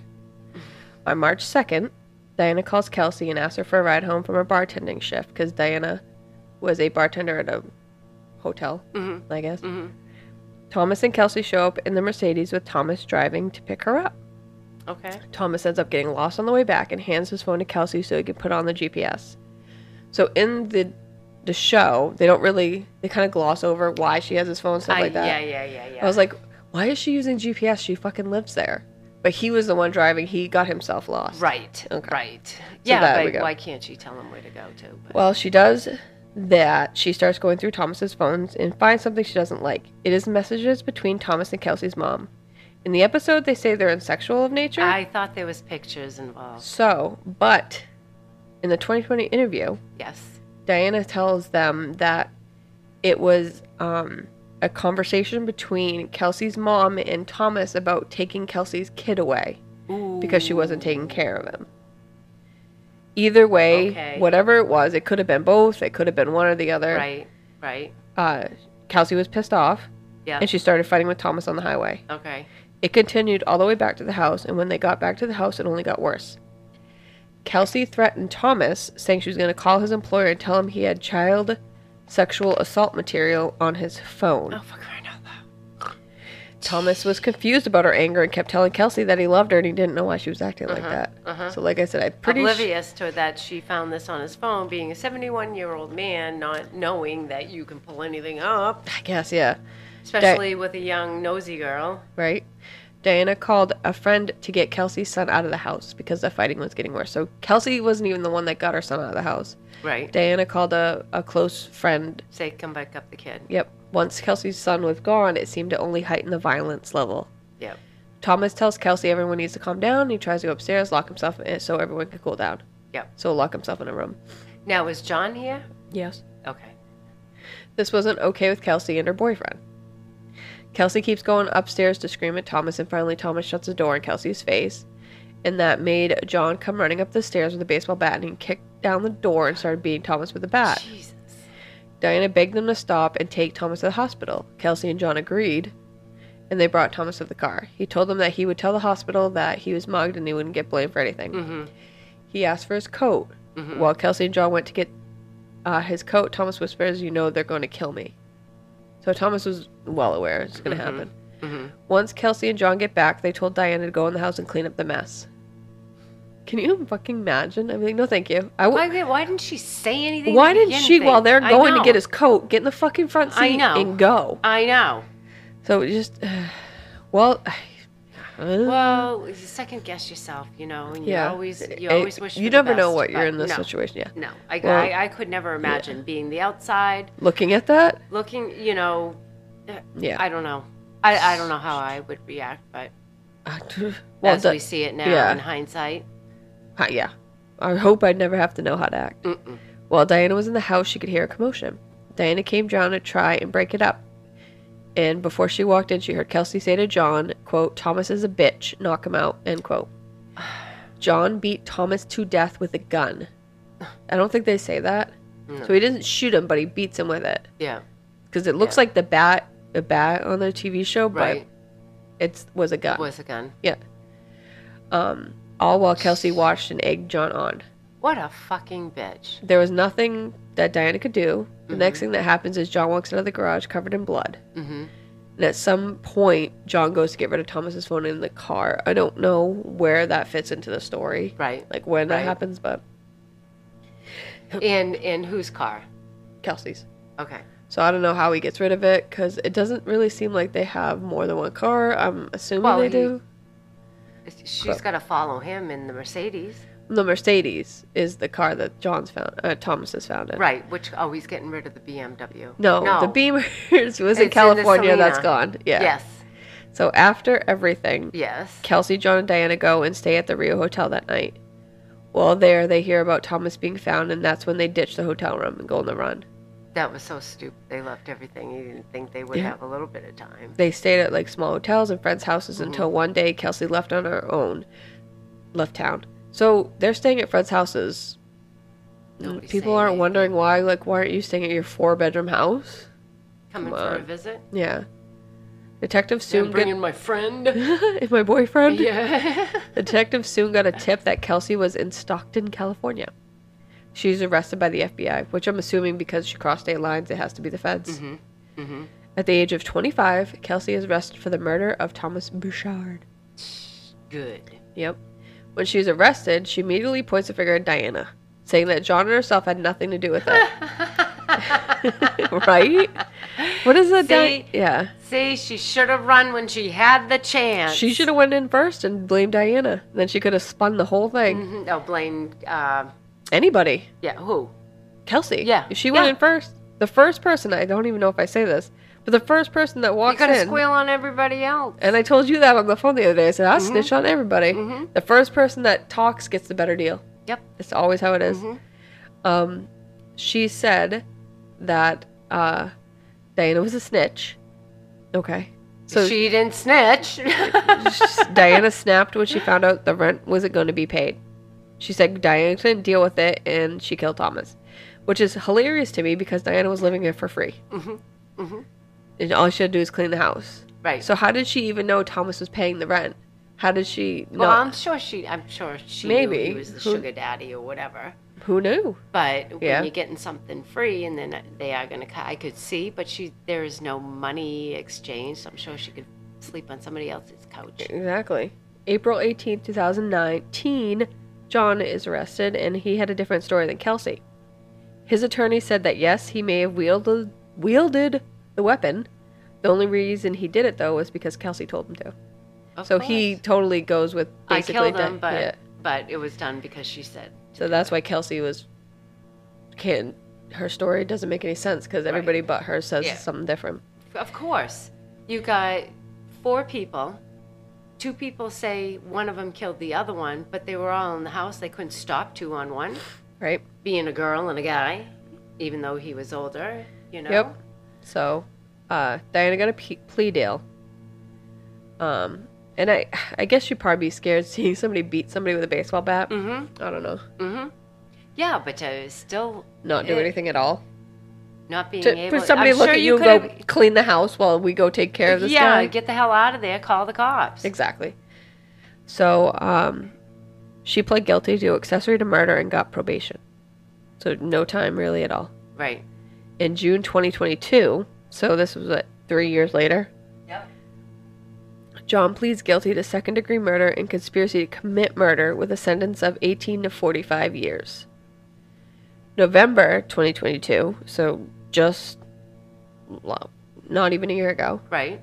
Speaker 1: By March 2nd, Diana calls Kelsey and asks her for a ride home from her bartending shift because Diana was a bartender at a hotel,
Speaker 2: Mhm.
Speaker 1: I guess.
Speaker 2: Mhm.
Speaker 1: Thomas and Kelsey show up in the Mercedes with Thomas driving to pick her up.
Speaker 2: Okay.
Speaker 1: Thomas ends up getting lost on the way back and hands his phone to Kelsey so he can put on the GPS. So in the the show, they don't really they kind of gloss over why she has his phone and stuff
Speaker 2: I-
Speaker 1: like that.
Speaker 2: Yeah, yeah, yeah, yeah.
Speaker 1: I was like, why is she using GPS? She fucking lives there. But he was the one driving. He got himself lost.
Speaker 2: right.
Speaker 1: Okay.
Speaker 2: Right. Yeah,
Speaker 1: there we
Speaker 2: but
Speaker 1: go.
Speaker 2: why can't she tell him where to go to? But,
Speaker 1: Well, she does that. She starts going through Thomas's phones and finds something she doesn't like. It is messages between Thomas and Kelsey's mom. In the episode, they say they're in sexual of nature.
Speaker 2: I thought there was pictures involved.
Speaker 1: So, but in the 2020 interview,
Speaker 2: Yes.
Speaker 1: Diana tells them that it was um, a conversation between Kelsey's mom and Thomas about taking Kelsey's kid away
Speaker 2: Ooh.
Speaker 1: because she wasn't taking care of him. Either way,
Speaker 2: Okay.
Speaker 1: whatever it was, it could have been both, it could have been one or the other.
Speaker 2: Right. Right.
Speaker 1: Uh, Kelsey was pissed off
Speaker 2: Yeah.
Speaker 1: and she started fighting with Thomas on the highway.
Speaker 2: okay.
Speaker 1: It continued all the way back to the house, and when they got back to the house, it only got worse. Kelsey threatened Thomas, saying she was going to call his employer and tell him he had child sexual assault material on his phone.
Speaker 2: Oh, for crying out loud.
Speaker 1: Thomas was confused about her anger and kept telling Kelsey that he loved her and he didn't know why she was acting like that. So, like I said, I'm pretty sure.
Speaker 2: Oblivious to that, she found this on his phone, being a 71 year old man, not knowing that you can pull anything up,
Speaker 1: I guess, yeah.
Speaker 2: especially with a young, nosy girl.
Speaker 1: Right? Diana called a friend to get Kelsey's son out of the house because the fighting was getting worse. So, Kelsey wasn't even the one that got her son out of the house.
Speaker 2: Right.
Speaker 1: Diana called a, a close friend
Speaker 2: Say, come back up the kid.
Speaker 1: Yep. Once Kelsey's son was gone, it seemed to only heighten the violence level.
Speaker 2: Yep.
Speaker 1: Thomas tells Kelsey everyone needs to calm down. He tries to go upstairs, lock himself in so everyone can cool down.
Speaker 2: Yep.
Speaker 1: So lock himself in a room.
Speaker 2: Now, is John here?
Speaker 1: Yes.
Speaker 2: Okay.
Speaker 1: This wasn't okay with Kelsey and her boyfriend. Kelsey keeps going upstairs to scream at Thomas, and finally Thomas shuts the door in Kelsey's face, and that made John come running up the stairs with a baseball bat and he kicked down the door and started beating Thomas with a bat.
Speaker 2: Jesus.
Speaker 1: Diana begged them to stop and take Thomas to the hospital. Kelsey and John agreed, and they brought Thomas to the car. He told them that he would tell the hospital that he was mugged and he wouldn't get blamed for anything. He asked for his coat. While Kelsey and John went to get uh, his coat, Thomas whispers, You know, they're going to kill me. So Thomas was well aware it's going to happen. Once Kelsey and John get back, they told Diana to go in the house and clean up the mess. Can you fucking imagine? I'm like, no, thank you. I w-
Speaker 2: Why, did- why didn't she say anything?
Speaker 1: why
Speaker 2: to
Speaker 1: didn't
Speaker 2: begin
Speaker 1: she,
Speaker 2: with?
Speaker 1: while they're
Speaker 2: I
Speaker 1: going to
Speaker 2: know.
Speaker 1: get his coat, get in the fucking front
Speaker 2: I
Speaker 1: seat
Speaker 2: know.
Speaker 1: and go?
Speaker 2: I know.
Speaker 1: So it just, well, I-
Speaker 2: Well, you second guess yourself, you know, and
Speaker 1: yeah.
Speaker 2: you always you
Speaker 1: I-
Speaker 2: always wish.
Speaker 1: you
Speaker 2: for the
Speaker 1: never know
Speaker 2: best,
Speaker 1: what you're
Speaker 2: but
Speaker 1: in this
Speaker 2: no.
Speaker 1: situation. Yeah,
Speaker 2: No, I,
Speaker 1: Well-
Speaker 2: I, I could never imagine being the outside
Speaker 1: looking at that,
Speaker 2: looking. You know, eh,
Speaker 1: Yeah.
Speaker 2: I don't know. I, I don't know how I would react, but
Speaker 1: uh, well,
Speaker 2: as
Speaker 1: the-
Speaker 2: we see it now
Speaker 1: yeah.
Speaker 2: in hindsight,
Speaker 1: uh, yeah. I hope I'd never have to know how to act.
Speaker 2: Mm-mm.
Speaker 1: While Diana was in the house, she could hear a commotion. Diana came down to try and break it up. And before she walked in, she heard Kelsey say to John, quote, Thomas is a bitch, knock him out, end quote. John beat Thomas to death with a gun. I don't think they say that. So he doesn't shoot him, but he beats him with it.
Speaker 2: yeah,
Speaker 1: Because it looks like the bat, the bat on the TV show, but
Speaker 2: right.
Speaker 1: it's was a gun.
Speaker 2: Was a gun.
Speaker 1: Yeah. Um, all while Kelsey watched and egged John on.
Speaker 2: What a fucking bitch.
Speaker 1: There was nothing that Diana could do. The
Speaker 2: Mm-hmm.
Speaker 1: next thing that happens is John walks out of the garage covered in blood.
Speaker 2: hmm
Speaker 1: And at some point, John goes to get rid of Thomas's phone in the car. I don't know where that fits into the story,
Speaker 2: Right.
Speaker 1: like when that
Speaker 2: Right.
Speaker 1: happens, but
Speaker 2: In in whose car?
Speaker 1: Kelsey's.
Speaker 2: Okay.
Speaker 1: So I don't know how he gets rid of it because it doesn't really seem like they have more than one car. I'm assuming
Speaker 2: Well,
Speaker 1: they
Speaker 2: he-
Speaker 1: do.
Speaker 2: She's got to follow him in the Mercedes,
Speaker 1: The Mercedes is the car that John's found. Uh, Thomas has found it.
Speaker 2: right? Which oh, he's getting rid of the BMW.
Speaker 1: No, the Beamers was
Speaker 2: It's in
Speaker 1: in
Speaker 2: the
Speaker 1: California. that's
Speaker 2: Selena.
Speaker 1: gone. Yeah.
Speaker 2: Yes,
Speaker 1: So after everything,
Speaker 2: yes.
Speaker 1: Kelsey, John, and Diana go and stay at the Rio Hotel that night. While there, they hear about Thomas being found, and that's when they ditch the hotel room and go on the run.
Speaker 2: That was so stupid. They left everything. You didn't think they would have a little bit of time.
Speaker 1: They stayed at like small hotels and friends' houses
Speaker 2: Mm-hmm.
Speaker 1: until one day Kelsey left on her own, left town. So they're staying at friends' houses.
Speaker 2: Nobody's
Speaker 1: People
Speaker 2: saying
Speaker 1: aren't
Speaker 2: anything.
Speaker 1: wondering why. Like, why aren't you staying at your four-bedroom house?
Speaker 2: Coming
Speaker 1: Come
Speaker 2: for a
Speaker 1: on.
Speaker 2: visit.
Speaker 1: Yeah. Detective
Speaker 2: I'm
Speaker 1: soon got
Speaker 2: bringing my friend.
Speaker 1: is my boyfriend.
Speaker 2: Yeah.
Speaker 1: Detective soon got a tip that Kelsey was in Stockton, California. She's arrested by the FBI, which I'm assuming because she crossed state lines, it has to be the feds. At the age of 25, Kelsey is arrested for the murder of Thomas Bouchard.
Speaker 2: Good.
Speaker 1: Yep. When she's arrested, she immediately points the finger at Diana, saying that John and herself had nothing to do with it. right? What is that? Di-
Speaker 2: See?
Speaker 1: yeah.
Speaker 2: See, she should have run when she had the chance.
Speaker 1: She should have went in first and blamed Diana. Then she could have spun the whole thing.
Speaker 2: Mhm. No, blame. Uh,
Speaker 1: Anybody.
Speaker 2: yeah, who?
Speaker 1: Kelsey.
Speaker 2: Yeah.
Speaker 1: If she went
Speaker 2: Yeah.
Speaker 1: in first, the first person, I don't even know if I say this, but the first person that
Speaker 2: You're
Speaker 1: walks
Speaker 2: gonna
Speaker 1: in.
Speaker 2: squeal on everybody else.
Speaker 1: And I told you that on the phone the other day. I said,
Speaker 2: Mm-hmm.
Speaker 1: I'll snitch on everybody. The first person that talks gets the better deal.
Speaker 2: Yep.
Speaker 1: It's always how it is.
Speaker 2: Mm-hmm.
Speaker 1: Um, she said that uh, Diana was a snitch. Okay. So
Speaker 2: she didn't snitch.
Speaker 1: Diana snapped when she found out the rent wasn't going to be paid. She said Diana couldn't deal with it and she killed Thomas, which is hilarious to me because Diana was living there for free. Mm-hmm. Mm-hmm. And all she had to do is clean the house.
Speaker 2: right.
Speaker 1: So how did she even know Thomas was paying the rent? How did she know?
Speaker 2: well, I'm sure she. I'm sure she knew
Speaker 1: Maybe.
Speaker 2: he was the
Speaker 1: Who-
Speaker 2: sugar daddy or whatever.
Speaker 1: Who knew?
Speaker 2: But when
Speaker 1: Yeah.
Speaker 2: you're getting something free, and then they are gonna. cut- I could see, but she. There is no money exchange. So I'm sure she could sleep on somebody else's couch.
Speaker 1: Exactly. April 18, 2019, John is arrested and he had a different story than Kelsey. His attorney said that yes, he may have wielded, wielded the weapon. The only reason he did it though was because Kelsey told him to.
Speaker 2: Of
Speaker 1: so he
Speaker 2: course.
Speaker 1: totally goes with
Speaker 2: I
Speaker 1: basically
Speaker 2: killed
Speaker 1: di-
Speaker 2: him, but
Speaker 1: yeah.
Speaker 2: but it was done because she said.
Speaker 1: So that's why Kelsey was can her story doesn't make any sense because everybody but her says
Speaker 2: Yeah.
Speaker 1: something different.
Speaker 2: Of course. You got four people. Two people say one of them killed the other one, but they were all in the house. They couldn't stop two on one,
Speaker 1: Right?
Speaker 2: being a girl and a guy, even though he was older, you know?
Speaker 1: Yep. So, uh, Diana got a pe- plea deal. Um, and I, I guess she'd probably be scared seeing somebody beat somebody with a baseball bat. Mm-hmm. I don't know.
Speaker 2: Mm, Yeah, but to still
Speaker 1: Not do
Speaker 2: Eh.
Speaker 1: anything at all.
Speaker 2: not being
Speaker 1: To,
Speaker 2: able
Speaker 1: for somebody to
Speaker 2: I'm
Speaker 1: look
Speaker 2: sure
Speaker 1: at you and
Speaker 2: could've-
Speaker 1: go clean the house while we go take care of this
Speaker 2: yeah,
Speaker 1: guy.
Speaker 2: get the hell out of there. Call the cops.
Speaker 1: exactly. So, um, she pled guilty to accessory to murder and got probation. So no time really at all.
Speaker 2: Right.
Speaker 1: In June 2022, so this was what three years later.
Speaker 2: Yep.
Speaker 1: John pleads guilty to second degree murder and conspiracy to commit murder with a sentence of 18 to 45 years. November 2022, so just well, not even a year ago,
Speaker 2: Right.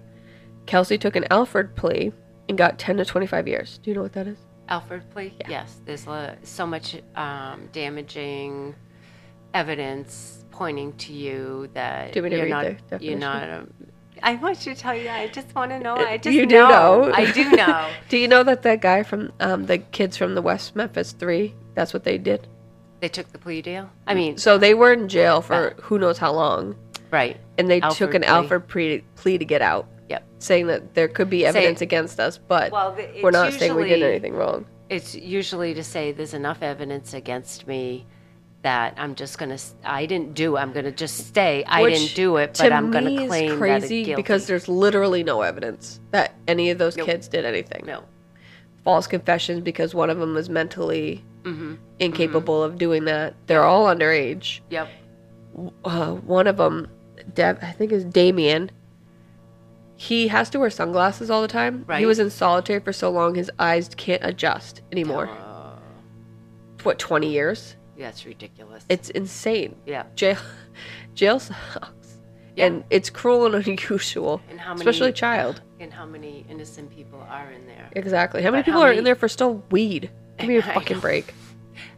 Speaker 1: Kelsey took an Alford plea and got 10 to 25 years. Do you know what that is?
Speaker 2: Alfred plea? Yes. There's lo- so much um, damaging evidence pointing to you that
Speaker 1: Do you want me to
Speaker 2: you're
Speaker 1: read
Speaker 2: not.
Speaker 1: the definition?
Speaker 2: You're not. um, I want you to tell you. I just want to know. I just
Speaker 1: you do know.
Speaker 2: I do know.
Speaker 1: do you know that that guy from um, the kids from the West Memphis 3, that's what they did?
Speaker 2: they took the plea deal. I mean,
Speaker 1: So they were in jail for who knows how long,
Speaker 2: right?
Speaker 1: and they took
Speaker 2: Alford
Speaker 1: an
Speaker 2: plea.
Speaker 1: Alford plea, plea to get out.
Speaker 2: Yep.
Speaker 1: saying that there could be evidence against us, but
Speaker 2: Well, the-
Speaker 1: we're
Speaker 2: it's
Speaker 1: not saying we did
Speaker 2: usually-
Speaker 1: anything wrong.
Speaker 2: It's usually to say there's enough evidence against me that I'm just gonna. s- I didn't do. I'm gonna just stay. I
Speaker 1: Which,
Speaker 2: didn't do it,
Speaker 1: to
Speaker 2: but I'm
Speaker 1: me
Speaker 2: gonna
Speaker 1: is
Speaker 2: claim that it's
Speaker 1: crazy
Speaker 2: guilty.
Speaker 1: because there's literally no evidence that any of those
Speaker 2: Nope.
Speaker 1: kids did anything.
Speaker 2: no.
Speaker 1: False confessions because one of them was mentally
Speaker 2: Mm-hmm.
Speaker 1: incapable of doing that. They're all underage.
Speaker 2: Yep.
Speaker 1: Uh, one of them, Dev, I think is Damien. He has to wear sunglasses all the time. He
Speaker 2: Right.
Speaker 1: was in solitary for so long, his eyes can't adjust anymore.
Speaker 2: Uh,
Speaker 1: What, 20 years?
Speaker 2: that's ridiculous.
Speaker 1: It's insane.
Speaker 2: yeah.
Speaker 1: jail jail sucks and it's cruel and unusual,
Speaker 2: And how many-
Speaker 1: especially a child.
Speaker 2: And how many innocent people are in there?
Speaker 1: Exactly. How many
Speaker 2: But how
Speaker 1: people are
Speaker 2: many-
Speaker 1: in there for still weed? Give me a
Speaker 2: I
Speaker 1: fucking
Speaker 2: know.
Speaker 1: break.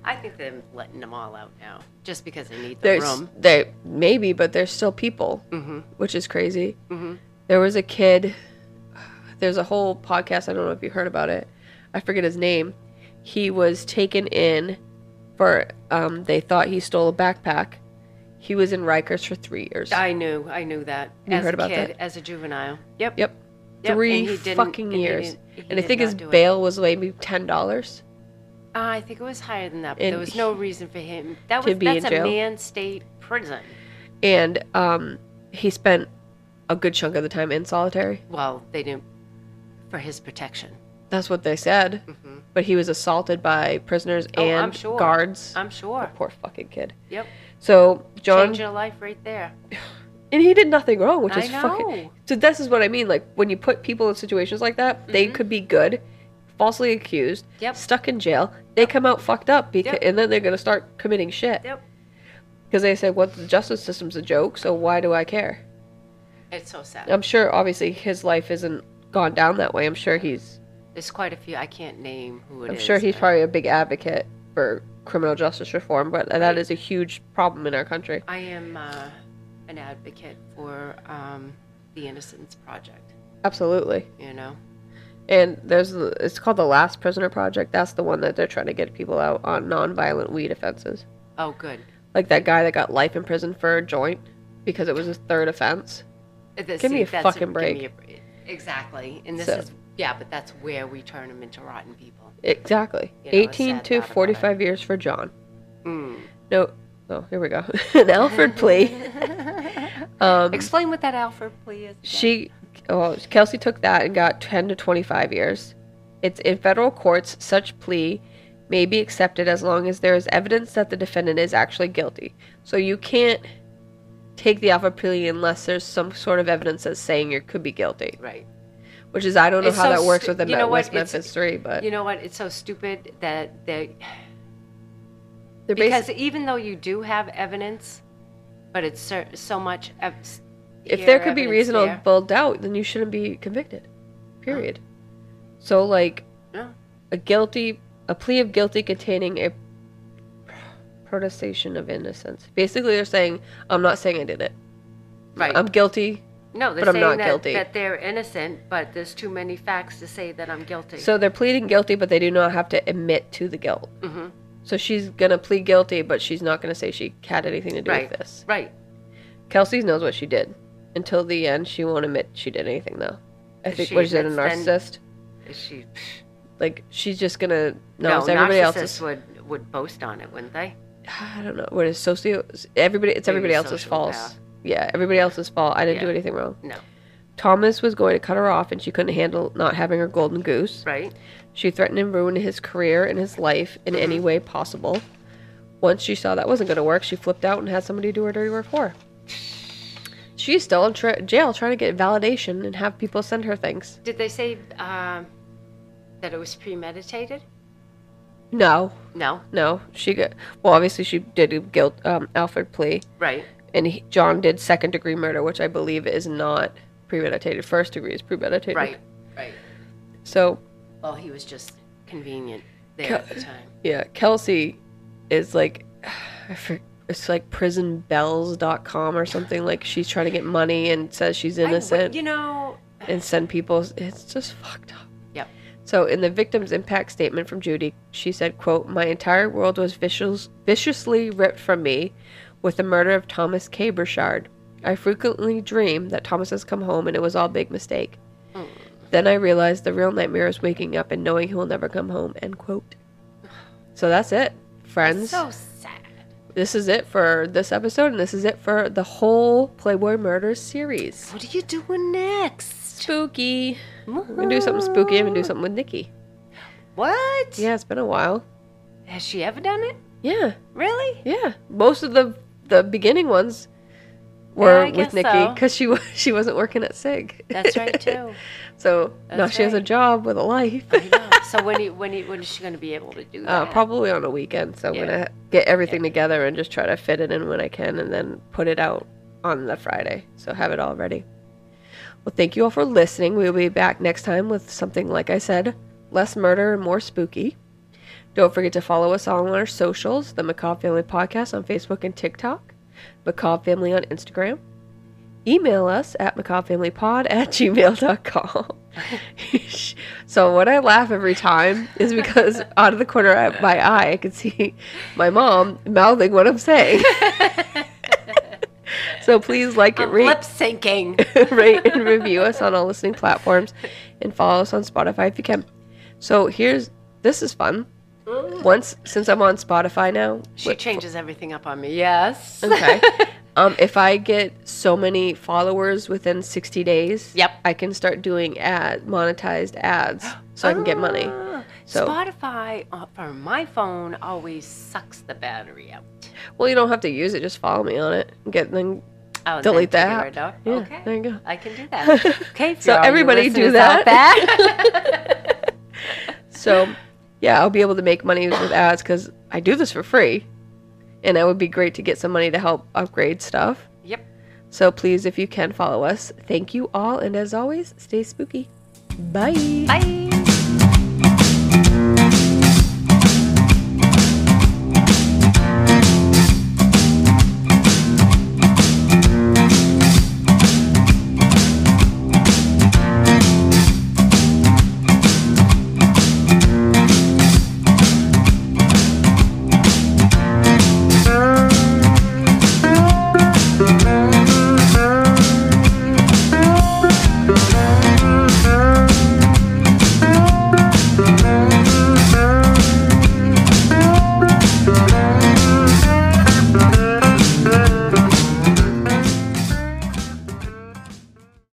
Speaker 2: I think they're letting them all out now, just because they need the
Speaker 1: There's
Speaker 2: room.
Speaker 1: they maybe, but there's still people, mm-hmm. which is crazy. Mm-hmm. There was a kid. There's a whole podcast. I don't know if you heard about it. I forget his name. He was taken in for. Um, they thought he stole a backpack. He was in Rikers for three years.
Speaker 2: I knew, I knew that.
Speaker 1: You
Speaker 2: as
Speaker 1: heard
Speaker 2: a
Speaker 1: about
Speaker 2: kid,
Speaker 1: that?
Speaker 2: as a juvenile. Yep.
Speaker 1: Yep.
Speaker 2: Yep,
Speaker 1: Three
Speaker 2: and he didn't-
Speaker 1: fucking
Speaker 2: and he
Speaker 1: years.
Speaker 2: didn't- he
Speaker 1: and I
Speaker 2: did
Speaker 1: think
Speaker 2: not
Speaker 1: his
Speaker 2: do it.
Speaker 1: bail was maybe ten dollars.
Speaker 2: Uh, I think it was higher than that. But
Speaker 1: And
Speaker 2: there was no reason for him. That
Speaker 1: to
Speaker 2: was
Speaker 1: be
Speaker 2: that's
Speaker 1: in
Speaker 2: a
Speaker 1: jail.
Speaker 2: man state prison.
Speaker 1: And um, he spent a good chunk of the time in solitary.
Speaker 2: Well, they didn't for his protection.
Speaker 1: That's what they said. But he was assaulted by prisoners
Speaker 2: Mm-hmm. Oh,
Speaker 1: and
Speaker 2: I'm sure.
Speaker 1: guards.
Speaker 2: I'm sure.
Speaker 1: Poor fucking kid.
Speaker 2: Yep.
Speaker 1: So John,
Speaker 2: Change your life right there.
Speaker 1: and he did nothing wrong, which
Speaker 2: I
Speaker 1: is fucking.
Speaker 2: know.
Speaker 1: So this is what I mean. Like when you put people in situations like that, they could be good, falsely accused,
Speaker 2: Mm-hmm. Yep.
Speaker 1: stuck in jail. They come out fucked up, because,
Speaker 2: Yep.
Speaker 1: and then they're gonna start committing shit
Speaker 2: Yep.
Speaker 1: because they said, "Well, the justice system's a joke, so why do I care?"
Speaker 2: It's so sad.
Speaker 1: I'm sure, obviously, his life isn't gone down that way. I'm sure he's.
Speaker 2: There's quite a few. I can't name who it
Speaker 1: I'm
Speaker 2: is,
Speaker 1: sure he's
Speaker 2: but-
Speaker 1: probably a big advocate for criminal justice reform, but that is a huge problem in our country.
Speaker 2: I am uh, an advocate for um, the Innocence Project.
Speaker 1: Absolutely.
Speaker 2: You know,
Speaker 1: And there's the- it's called the Last Prisoner Project. That's the one that they're trying to get people out on nonviolent weed offenses.
Speaker 2: oh good.
Speaker 1: Like that guy that got life in prison for a joint because it was his third offense.
Speaker 2: Uh, this-
Speaker 1: Give me a
Speaker 2: that's
Speaker 1: fucking
Speaker 2: give
Speaker 1: break.
Speaker 2: me a break. exactly, and this
Speaker 1: So-
Speaker 2: is yeah, but that's where we turn them into rotten people.
Speaker 1: Exactly.
Speaker 2: You know, it's
Speaker 1: 18
Speaker 2: sad
Speaker 1: to
Speaker 2: thought about
Speaker 1: 45 years for John.
Speaker 2: Mm.
Speaker 1: No, oh, here we go. An Alfred plea. um,
Speaker 2: Explain what that Alfred plea is. again.
Speaker 1: She, well, Kelsey took that and got 10 to 25 years. It's in federal courts, such plea may be accepted as long as there is evidence that the defendant is actually guilty. So you can't take the alpha plea unless there's some sort of evidence that's saying you could be guilty.
Speaker 2: right.
Speaker 1: Which is, I don't know
Speaker 2: It's
Speaker 1: how
Speaker 2: so
Speaker 1: that works
Speaker 2: stu-
Speaker 1: with the
Speaker 2: you know
Speaker 1: Met-
Speaker 2: what,
Speaker 1: West
Speaker 2: it's-
Speaker 1: Memphis 3, but
Speaker 2: You know what? It's so stupid that they
Speaker 1: they're
Speaker 2: because
Speaker 1: basically,
Speaker 2: even though you do have evidence, but it's so, so much. Ev-
Speaker 1: if
Speaker 2: here,
Speaker 1: there could be
Speaker 2: evidence there.
Speaker 1: reasonable doubt, then you shouldn't be convicted. Period. So, like,
Speaker 2: Yeah.
Speaker 1: a guilty a plea of guilty containing a protestation of innocence. Basically, they're saying I'm not saying I did it.
Speaker 2: right.
Speaker 1: I'm guilty.
Speaker 2: No,
Speaker 1: um, But
Speaker 2: they're
Speaker 1: I'm
Speaker 2: saying
Speaker 1: not
Speaker 2: that,
Speaker 1: guilty.
Speaker 2: that they're innocent, but there's too many facts to say that I'm guilty.
Speaker 1: So they're pleading guilty, but they do not have to admit to the guilt.
Speaker 2: Mhm.
Speaker 1: So she's gonna plead guilty, but she's not gonna say she had anything to do
Speaker 2: right,
Speaker 1: with this.
Speaker 2: right.
Speaker 1: Kelsey knows what she did. Until the end, she won't admit she did anything though. I think
Speaker 2: She-
Speaker 1: was it a
Speaker 2: that's then-
Speaker 1: narcissist?
Speaker 2: Is she?
Speaker 1: Like she's just gonna
Speaker 2: No,
Speaker 1: no, it's everybody
Speaker 2: narcissists
Speaker 1: else's.
Speaker 2: would would boast on it, wouldn't they?
Speaker 1: I don't know. What is socio? Everybody, it's
Speaker 2: Maybe
Speaker 1: everybody else's fault.
Speaker 2: sociopath.
Speaker 1: Yeah, everybody else's fault. I didn't do
Speaker 2: Yeah.
Speaker 1: anything wrong.
Speaker 2: No,
Speaker 1: Thomas was going to cut her off and she couldn't handle not having her golden goose.
Speaker 2: right? Mm-hmm.
Speaker 1: She threatened and ruined his career and his life in any way possible. Once she saw that wasn't going to work, she flipped out and had somebody do her dirty work for her. She's still in tra- jail trying to get validation and have people send her things.
Speaker 2: Did they say um, that it was premeditated?
Speaker 1: No,
Speaker 2: No,
Speaker 1: no. She got, well, obviously she did a guilt um, Alfred plea,
Speaker 2: right?
Speaker 1: and he, John did second degree murder, which I believe is not premeditated. First degree is premeditated.
Speaker 2: Right, right.
Speaker 1: So
Speaker 2: Well, he was just convenient there at the time.
Speaker 1: Yeah, Kelsey is like, I for, it's like prisonbells.com or something. Like she's trying to get money and says she's
Speaker 2: I-
Speaker 1: innocent
Speaker 2: you know,
Speaker 1: and send people. It's just fucked up.
Speaker 2: Yep.
Speaker 1: So in the victim's impact statement from Judy, she said, "quote My entire world was vicious, viciously ripped from me, with the murder of Thomas K. Burchard. I frequently dream that Thomas has come home and it was all a big mistake. Then I realized the real nightmare is waking up and knowing he will never come home." End quote. So that's it, friends.
Speaker 2: so sad.
Speaker 1: this is it for this episode, and this is it for the whole Playboy Murders series.
Speaker 2: What are you doing next?
Speaker 1: Spooky. I'm gonna do something spooky. I'm gonna do something with Nikki.
Speaker 2: What?
Speaker 1: Yeah, it's been a while.
Speaker 2: Has she ever done it?
Speaker 1: Yeah,
Speaker 2: Really?
Speaker 1: yeah. Most of the the beginning ones were
Speaker 2: I
Speaker 1: with
Speaker 2: guess
Speaker 1: Nikki
Speaker 2: so.
Speaker 1: because she wa- she wasn't working at Sig.
Speaker 2: That's right too.
Speaker 1: so now
Speaker 2: That's
Speaker 1: she has a
Speaker 2: right.
Speaker 1: job with a life.
Speaker 2: I know. So when you, when you, when is she going to be able to do that?
Speaker 1: Uh, probably on a weekend. So I'm
Speaker 2: Yeah.
Speaker 1: gonna get everything together and just try to fit it in when I can, and then put it out on the Friday, so have it all ready. Well, thank you all for listening. We'll be back next time with something, like I said, less murder and more spooky. Don't forget to follow us on our socials the Macaw Family Podcast on Facebook and TikTok, Macaw Family on Instagram. Email us at macawfamilypod at gmail.com. so, when I laugh every time is because out of the corner of my eye, I can see my mom mouthing what I'm saying. so, please like it,
Speaker 2: I'm
Speaker 1: rate,
Speaker 2: lip syncing.
Speaker 1: rate and review us on all listening platforms and follow us on Spotify if you can. So here's this is fun. Once since I'm on Spotify now,
Speaker 2: She
Speaker 1: wait,
Speaker 2: changes everything up on me. Yes.
Speaker 1: okay. um, if I get so many followers within 60 days,
Speaker 2: Yep.
Speaker 1: I can start doing ad monetized ads so I can get money.
Speaker 2: Ah,
Speaker 1: So-
Speaker 2: Spotify uh, for my phone always sucks the battery out.
Speaker 1: Well, you don't have to use it; just follow me on it. And get then
Speaker 2: Oh, and
Speaker 1: delete
Speaker 2: then
Speaker 1: that.
Speaker 2: figure it out.
Speaker 1: Yeah,
Speaker 2: okay.
Speaker 1: there you go.
Speaker 2: I can do that. Okay. for
Speaker 1: So
Speaker 2: all you
Speaker 1: everybody do
Speaker 2: listeners out
Speaker 1: that.
Speaker 2: there.
Speaker 1: So, yeah, I'll be able to make money with ads because I do this for free, and it would be great to get some money to help upgrade stuff.
Speaker 2: yep.
Speaker 1: So please, if you can, follow us. Thank you all, and as always, stay spooky. Bye.
Speaker 2: Bye.